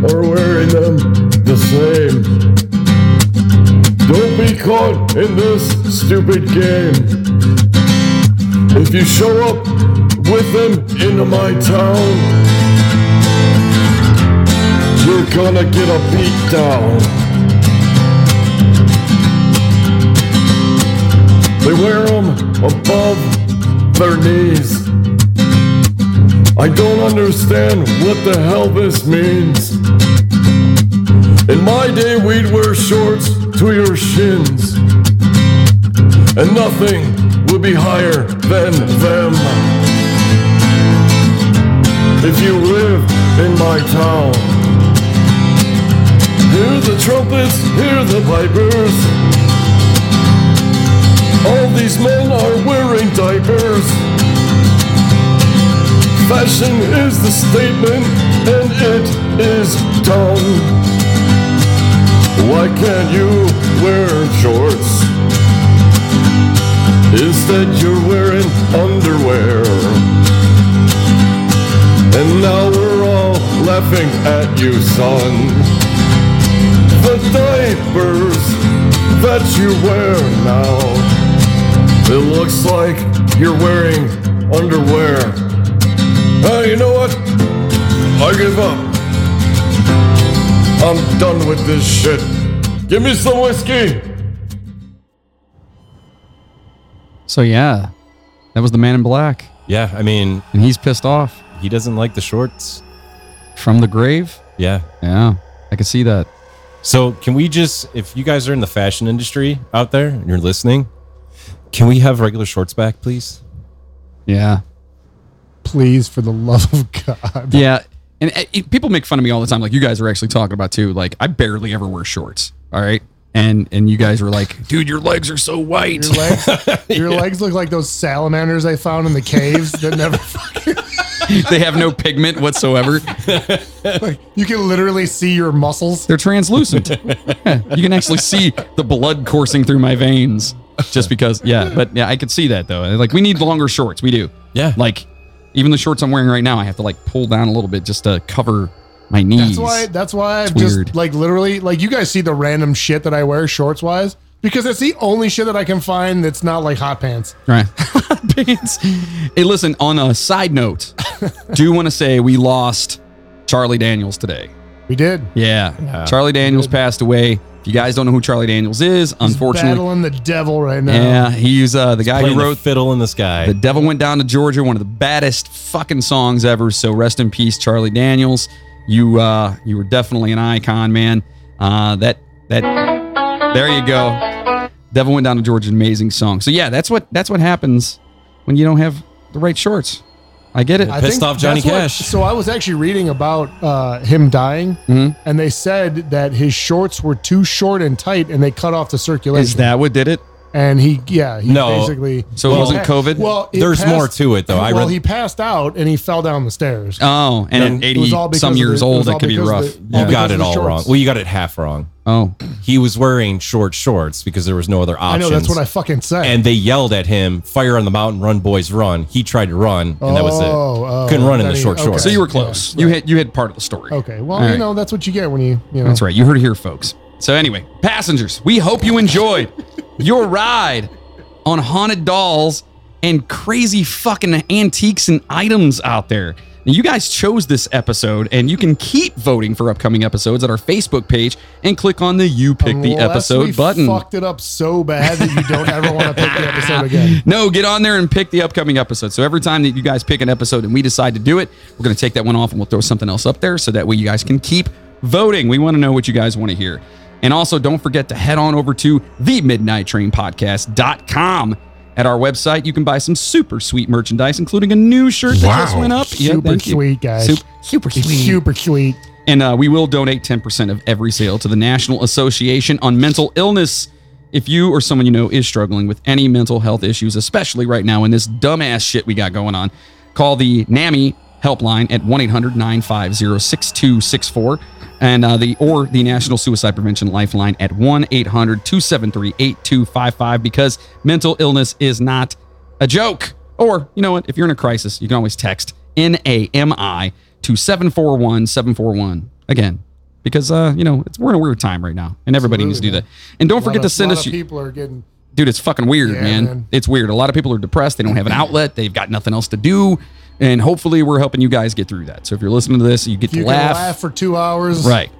are wearing them the same. Don't be caught in this stupid game. If you show up with them into my town, you're gonna get a beat down. They wear them above their knees. I don't understand what the hell this means. In my day, we'd wear shorts to your shins, and nothing would be higher than them. If you live in my town, hear the trumpets, hear the pipers. All these men are wearing diapers. Fashion is the statement, and it is dumb. Why can't you wear shorts? Instead, you're wearing underwear. And now we're all laughing at you, son. The diapers that you wear now. It looks like you're wearing underwear. Oh, you know what? I give up. I'm done with this shit. Give me some whiskey.
So yeah, that was the Man in Black.
Yeah, I mean,
and he's pissed off
He doesn't like the shorts.
from the grave.
Yeah.
Yeah, I can see that.
So, can we just, if you guys are in the fashion industry out there and you're listening, can we have regular shorts back, please?
Yeah.
Please, for the love of God.
Yeah. And uh, it- people make fun of me all the time. Like you guys are actually talking about too. Like I barely ever wear shorts. All right. And and you guys were like, dude, your legs are so white.
Your legs, your legs look like those salamanders I found in the caves that never.
they have no pigment whatsoever.
Like, you can literally see your muscles.
They're translucent. Yeah, you can actually see the blood coursing through my veins just because. Yeah, but yeah, I could see that though. Like we need longer shorts. We do.
Yeah.
Like even the shorts I'm wearing right now, I have to like pull down a little bit just to cover my knees.
That's why. That's why I've
It's weird.
just like literally like you guys see the random shit that I wear shorts wise because it's the only shit that I can find that's not like hot pants.
Right. Pants. Hey, listen, on a side note, do want to say we lost Charlie Daniels today.
We did.
Yeah. Charlie Daniels passed away. If you guys don't know who Charlie Daniels is, unfortunately.
Battling the devil right now.
Yeah, he's uh, the guy
playing
who
the
wrote
Fiddle in the Sky.
The Devil Went Down to Georgia, one of the baddest fucking songs ever. So rest in peace, Charlie Daniels. You uh, you were definitely an icon, man. Uh, that that there you go. Devil Went Down to Georgia, amazing song. So yeah, that's what that's what happens when you don't have the right shorts. I get it.
I think that's what- so I was actually reading about uh, him dying,
Mhm.
and they said that his shorts were too short and tight, and they cut off the circulation.
Is that what did it?
And he, yeah, he
No.
basically.
So it
Well,
wasn't
pa-
COVID?
Well, it
There's more to it, though. I
Well,
read-
he passed out and he fell down the stairs.
Oh, and at
It was all
80
because
some
of the-
years
it was
old,
all
that could be
because of
rough.
the-
You got
because of
it
the
all
shorts.
wrong. Well, you got it half wrong.
Oh.
He was wearing short shorts because there was no other
I
option.
know that's what I fucking said.
And they yelled at him, "Fire on the mountain, run, boys, run!" He tried to run, and that was it.
Oh, oh,
Couldn't run in
that
the
he-
short
okay.
shorts.
So you were
close. You had you had part of the story.
okay, well,
All
you
right.
know that's what you get when you, you know.
That's right. You heard it here, folks. So anyway, passengers, we hope you enjoyed your ride on haunted dolls and crazy fucking antiques and items out there. Now, you guys chose this episode, and you can keep voting for upcoming episodes at our Facebook page and click on the "You Pick the
Unless we
Episode" button.
Fucked it up so bad that you don't ever want to pick the episode again.
No, get on there and pick the upcoming episode. So every time that you guys pick an episode and we decide to do it, we're going to take that one off and we'll throw something else up there so that way you guys can keep voting. We want to know what you guys want to hear. And also, don't forget to head on over to the Midnight Train Podcast.com. At our website, you can buy some super sweet merchandise, including a new shirt that just went up. Yeah,
Super
thank you.
sweet, guys.
Sup- Super,
It's
sweet.
Super sweet.
And uh, we will donate 10% of every sale to the National Association on Mental Illness. If you or someone you know is struggling with any mental health issues, especially right now in this dumbass shit we got going on, call the NAMI helpline at 1 800 950 6264 and uh, the or the National Suicide Prevention Lifeline at 1 800 273 8255 because mental illness is not a joke. Or, you know what? If you're in a crisis, you can always text NAMI to 741 741. Again, because, uh, you know, it's, we're in a weird time right now, and everybody needs to do that. And don't
A lot
forget
of-
to send
lot
us.
of people are getting
Dude, it's fucking weird,
Yeah,
man.
man.
It's weird. A lot of people are depressed. They don't have an outlet. They've got nothing else to do. And hopefully, we're helping you guys get through that. So if you're listening to this, you get
you
to
can laugh.
laugh.
for two hours.
Right.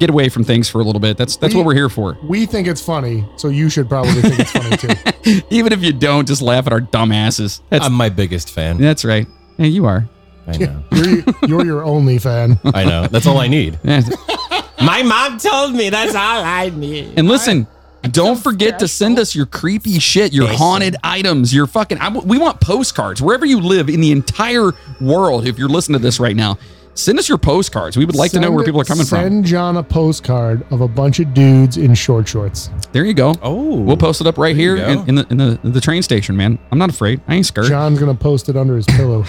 Get away from things for a little bit. That's that's
We-
what we're here for.
We think it's funny, so you should probably think it's funny too.
Even if you don't, just laugh at our dumb asses. That's,
I'm my biggest fan.
That's right. Yeah, you are.
I know.
You're, you're your only fan.
I know. That's all I need.
My mom told me that's all I need.
And listen, don't forget to send us your creepy shit, your haunted items, your fucking. I, we want postcards wherever you live in the entire world. If you're listening to this right now, send us your postcards. We would like to know where
Send-
people are coming from.
Send John a postcard of a bunch of dudes in short shorts.
There you go. Oh, we'll post it up right here
you go.
in, in the in the, the train station, man. I'm not afraid. I ain't scared.
John's gonna post it under his pillow.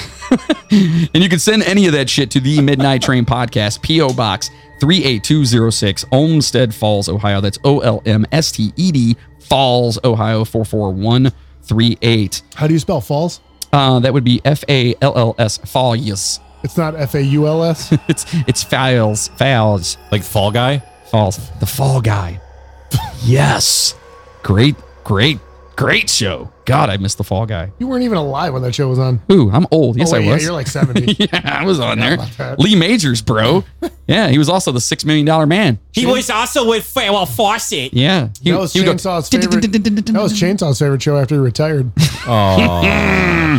And you can send any of that shit to the Midnight Train Podcast, P.O. Box 38206, Olmsted Falls, Ohio. That's O L M S T E D, Falls, Ohio 44138.
How do you spell falls?
Uh, that would be F A L L S, Falls.
It's not F A U L S.
It's it's Fouls, Fouls.
Like Fall Guy?
Falls. The Fall Guy. yes. Great, great, great show. God, I missed the Fall Guy.
You weren't even alive when that show was on.
Ooh, I'm old.
Oh,
Yes,
wait,
I
yeah,
was.
you're like 70.
yeah, I was on
Forgot
there.
about that.
Lee Majors, bro. yeah, he was also the six million dollar man.
He was also with Farewell Fawcett.
Yeah, he,
that was
he would go,
Chainsaw's favorite. that was Chainsaw's favorite show after he retired.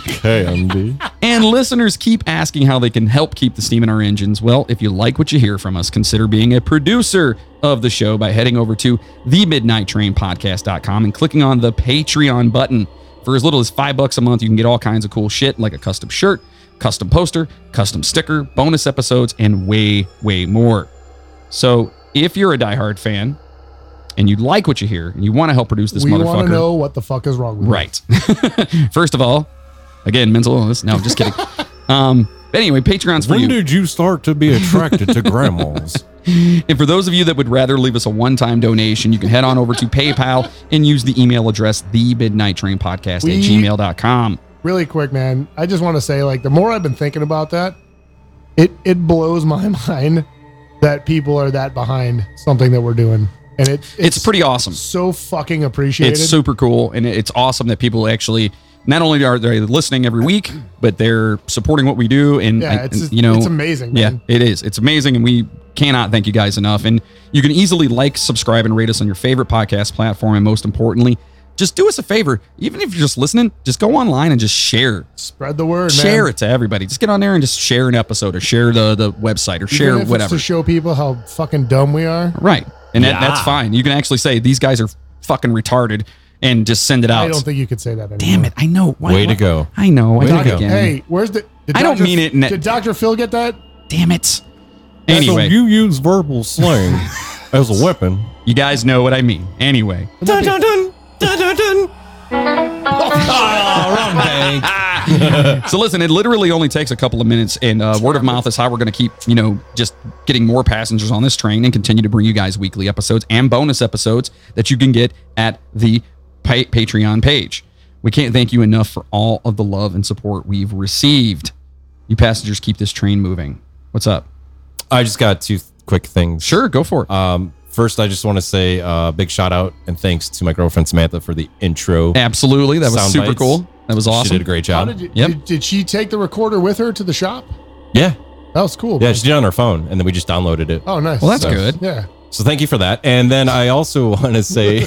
KMD.
And listeners keep asking how they can help keep the steam in our engines. Well, if you like what you hear from us, consider being a producer of the show by heading over to the midnight train podcast.com and clicking on the Patreon button. For as little as five bucks a month, you can get all kinds of cool shit like a custom shirt, custom poster, custom sticker, bonus episodes, and way, way more. So if you're a diehard fan and you like what you hear and you want to help produce this
we
motherfucker,
want to know what the fuck is wrong with you.
Right. First of all, again, mental illness. No, just kidding. um, but anyway, Patreon's for
When
you.
did you start to be attracted to grandmas?
and for those of you that would rather leave us a one-time donation, you can head on over to PayPal and use the email address the midnight train podcast
We-
at gmail.com.
Really quick, man. I just want to say, like, the more I've been thinking about that, it it blows my mind that people are that behind something that we're doing, and it it's,
It's pretty awesome.
so fucking appreciated.
It's super cool, and it's awesome that people actually not only are they listening every week, but they're supporting what we do. And
Yeah,
and-
it's-
and, you know,
it's amazing, man.
Yeah, it is. It's amazing, and we cannot thank you guys enough. And you can easily like, subscribe, and rate us on your favorite podcast platform. And most importantly, just do us a favor. Even if you're just listening, just go online and just share.
Spread the word,
Share
man.
it to everybody. Just get on there and just share an episode, or share the the website, or
Even
share
if it's
whatever.
to show people how fucking dumb we are.
right, and that, that's
Yeah.
fine. You can actually say these guys are fucking retarded, and just send it out.
I don't think you could say that anymore. Damn
it! I know. Why-
Way to go.
I know. Oh, I
Way to
thought
go.
again.
Hey, where's the? did
I don't mean it in that-
Did Doctor Phil get that?
Damn it!
So you use verbal slang as a weapon.
You guys know what I mean. Anyway.
Dun dun dun dun dun dun.
Oh, so listen, it literally only takes a couple of minutes, and uh, word of mouth is how we're going to keep, you know, just getting more passengers on this train and continue to bring you guys weekly episodes and bonus episodes that you can get at the pa- Patreon page. We can't thank you enough for all of the love and support we've received. You passengers keep this train moving. What's up?
I just got two th- quick things.
Sure, go for it.
Um, First, I just want to say uh, big shout out and thanks to my girlfriend Samantha for the intro.
Absolutely, that was
sound
super cool. That was awesome.
She did a great
How
job.
did, you, did, did she take the recorder with her to the shop?
yeah,
That was cool.
yeah, she did it on her phone, and then we just downloaded it.
Oh, nice.
So-
Yeah.
So thank you for that. And then I also want to say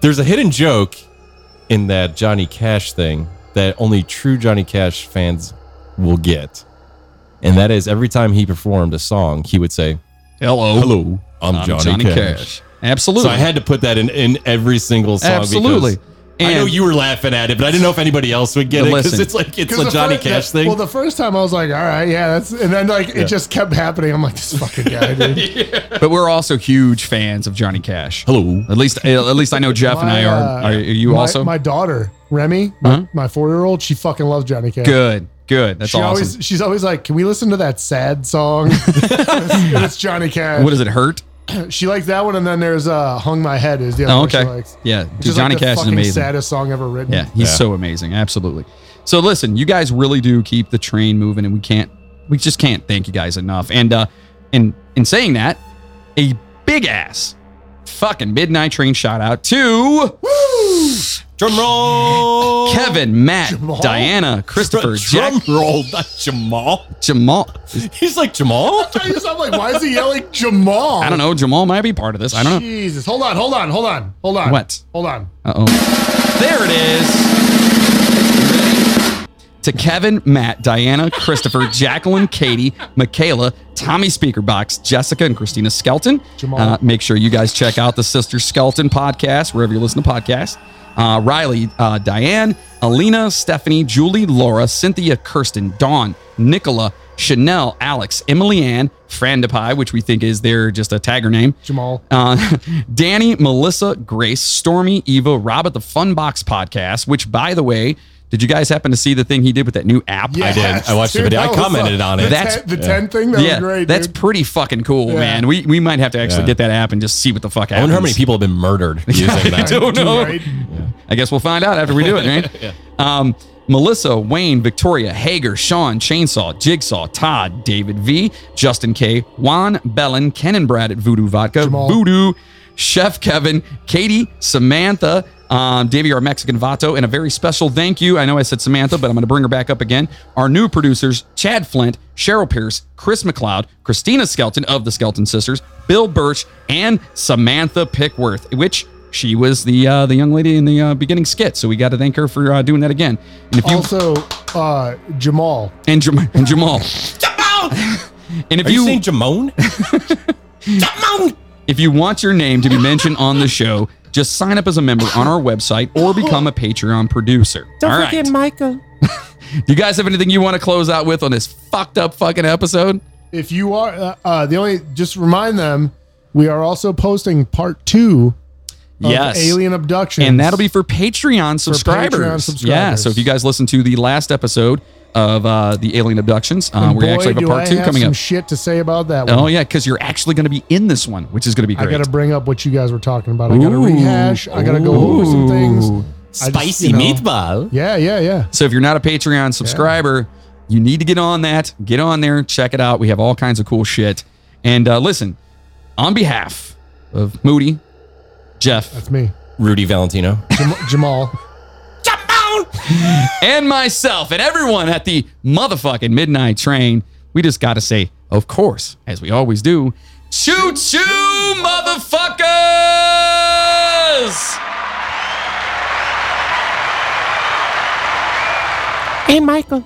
there's a hidden joke in that Johnny Cash thing that only true Johnny Cash fans will get. And that is every time he performed a song, he would say,
Hello.
Hello. I'm,
I'm
Johnny,
Johnny
Cash.
Cash. Absolutely.
So I had to put that in, in every single song. because
Absolutely.
I know
And-
you were laughing at it, but I didn't know if anybody else would get it because
Listen.
it's like it's
'Cause
a
the
Johnny
fir-
Cash
the-
thing.
Well, the first time I was like, all right, yeah, that's, and then like
Yeah.
it just kept happening. I'm like, this fucking guy, dude.
but we're also huge fans of Johnny Cash. Hello. At least, at least I know Jeff and I are.
uh,
Are you
my-
also?
My daughter, Remy, my,
Huh?
my four year old, she fucking loves Johnny Cash.
Good. Good. That's
she
awesome.
always she's always like, Can we listen to that sad song? it's Johnny Cash.
what does it hurt?
She likes that one and then there's uh Hung My Head is the other
Oh,
one
okay.
she likes.
Yeah,
Which
dude,
is
Johnny
like the
Cash is
fucking
amazing.
saddest song ever written.
Yeah, he's so amazing. Absolutely. So listen, you guys really do keep the train moving, and we can't, we just can't thank you guys enough. And uh, and in saying that, a big ass fucking midnight train shout out to
drum roll,
Kevin, Matt, Diana, Christopher,
Drum
Jack,
roll, not Jamal.
Jamal.
He's like Jamal.
I'm like, why is he yelling Jamal?
I don't know. Jamal might be part of this. I don't know.
Jesus. Hold on, hold on, hold on, hold on.
What?
Hold on.
Uh oh. There it is. To Kevin, Matt, Diana, Christopher, Jacqueline, Katie, Michaela, Tommy Speakerbox, Jessica, and Christina Skelton.
Jamal.
Uh, make sure you guys check out the Sister Skelton podcast, wherever you listen to podcasts. Uh, Riley, uh, Diane, Alina, Stephanie, Julie, Laura, Cynthia, Kirsten, Dawn, Nicola, Chanel, Alex, Emily Ann, Frandipai, which we think is their just a tagger name.
Jamal.
Uh, Danny, Melissa, Grace, Stormy, Eva, Rob at the Funbox podcast, which, by the way, did you guys happen to see the thing he did with that new app?
I did. I watched the video. I commented on it.
That's
the 10 thing? That was great,
That's
dude.
pretty fucking cool,
Yeah.
man. We we might have to actually
Yeah.
get that app and just see what the fuck
I
happens.
wonder how many people have been murdered using
I
that.
don't know. I guess we'll find out after we do it, right? um, Melissa, Wayne, Victoria, Hager, Sean, Chainsaw, Jigsaw, Todd, David V, Justin K, Juan, Bellin, Ken and Brad at Voodoo Vodka, Voodoo, Chef Kevin, Katie, Samantha, um, Davey, our Mexican Vato, and a very special thank you. I know I said Samantha, but I'm going to bring her back up again. Our new producers, Chad Flint, Cheryl Pierce, Chris McLeod, Christina Skelton of the Skelton Sisters, Bill Birch, and Samantha Pickworth, which she was the uh, the young lady in the uh, beginning skit. So we got to thank her for uh, doing that again. And if you
also uh Jamal.
and, Jam- and Jamal, and if
Are you
you,
saying Jamone?
if you want your name to be mentioned on the show, just sign up as a member on our website
Oh.
or become a Patreon producer.
Don't
All right.
forget Michael.
Do you guys have anything you want to close out with on this fucked up fucking episode?
If you are uh, uh the only just remind them we are also posting part two of
Yes.
Alien Abduction.
And that'll be for Patreon subscribers. Yeah. So uh, if you guys listen to the last episode of uh, the alien abductions, uh, we actually have a part two coming
some
up.
shit to say about that one.
Oh yeah, because you're actually going to be in this one, which is going to be
I
great.
got to bring up what you guys were talking about. I got to
Ooh.
rehash. I got to go over some things.
Ooh.
I just, you know- Yeah, yeah, yeah.
So if you're not a Patreon subscriber, you need to get on that. Get on there, check it out. We have all kinds of cool shit. And uh, listen, on behalf of Moody, Jeff, that's
me,
Rudy Valentino,
Jam- Jamal.
and myself, and everyone at the motherfucking midnight train, we just got to say, of course, as we always do, choo choo, motherfuckers!
Hey, Michael.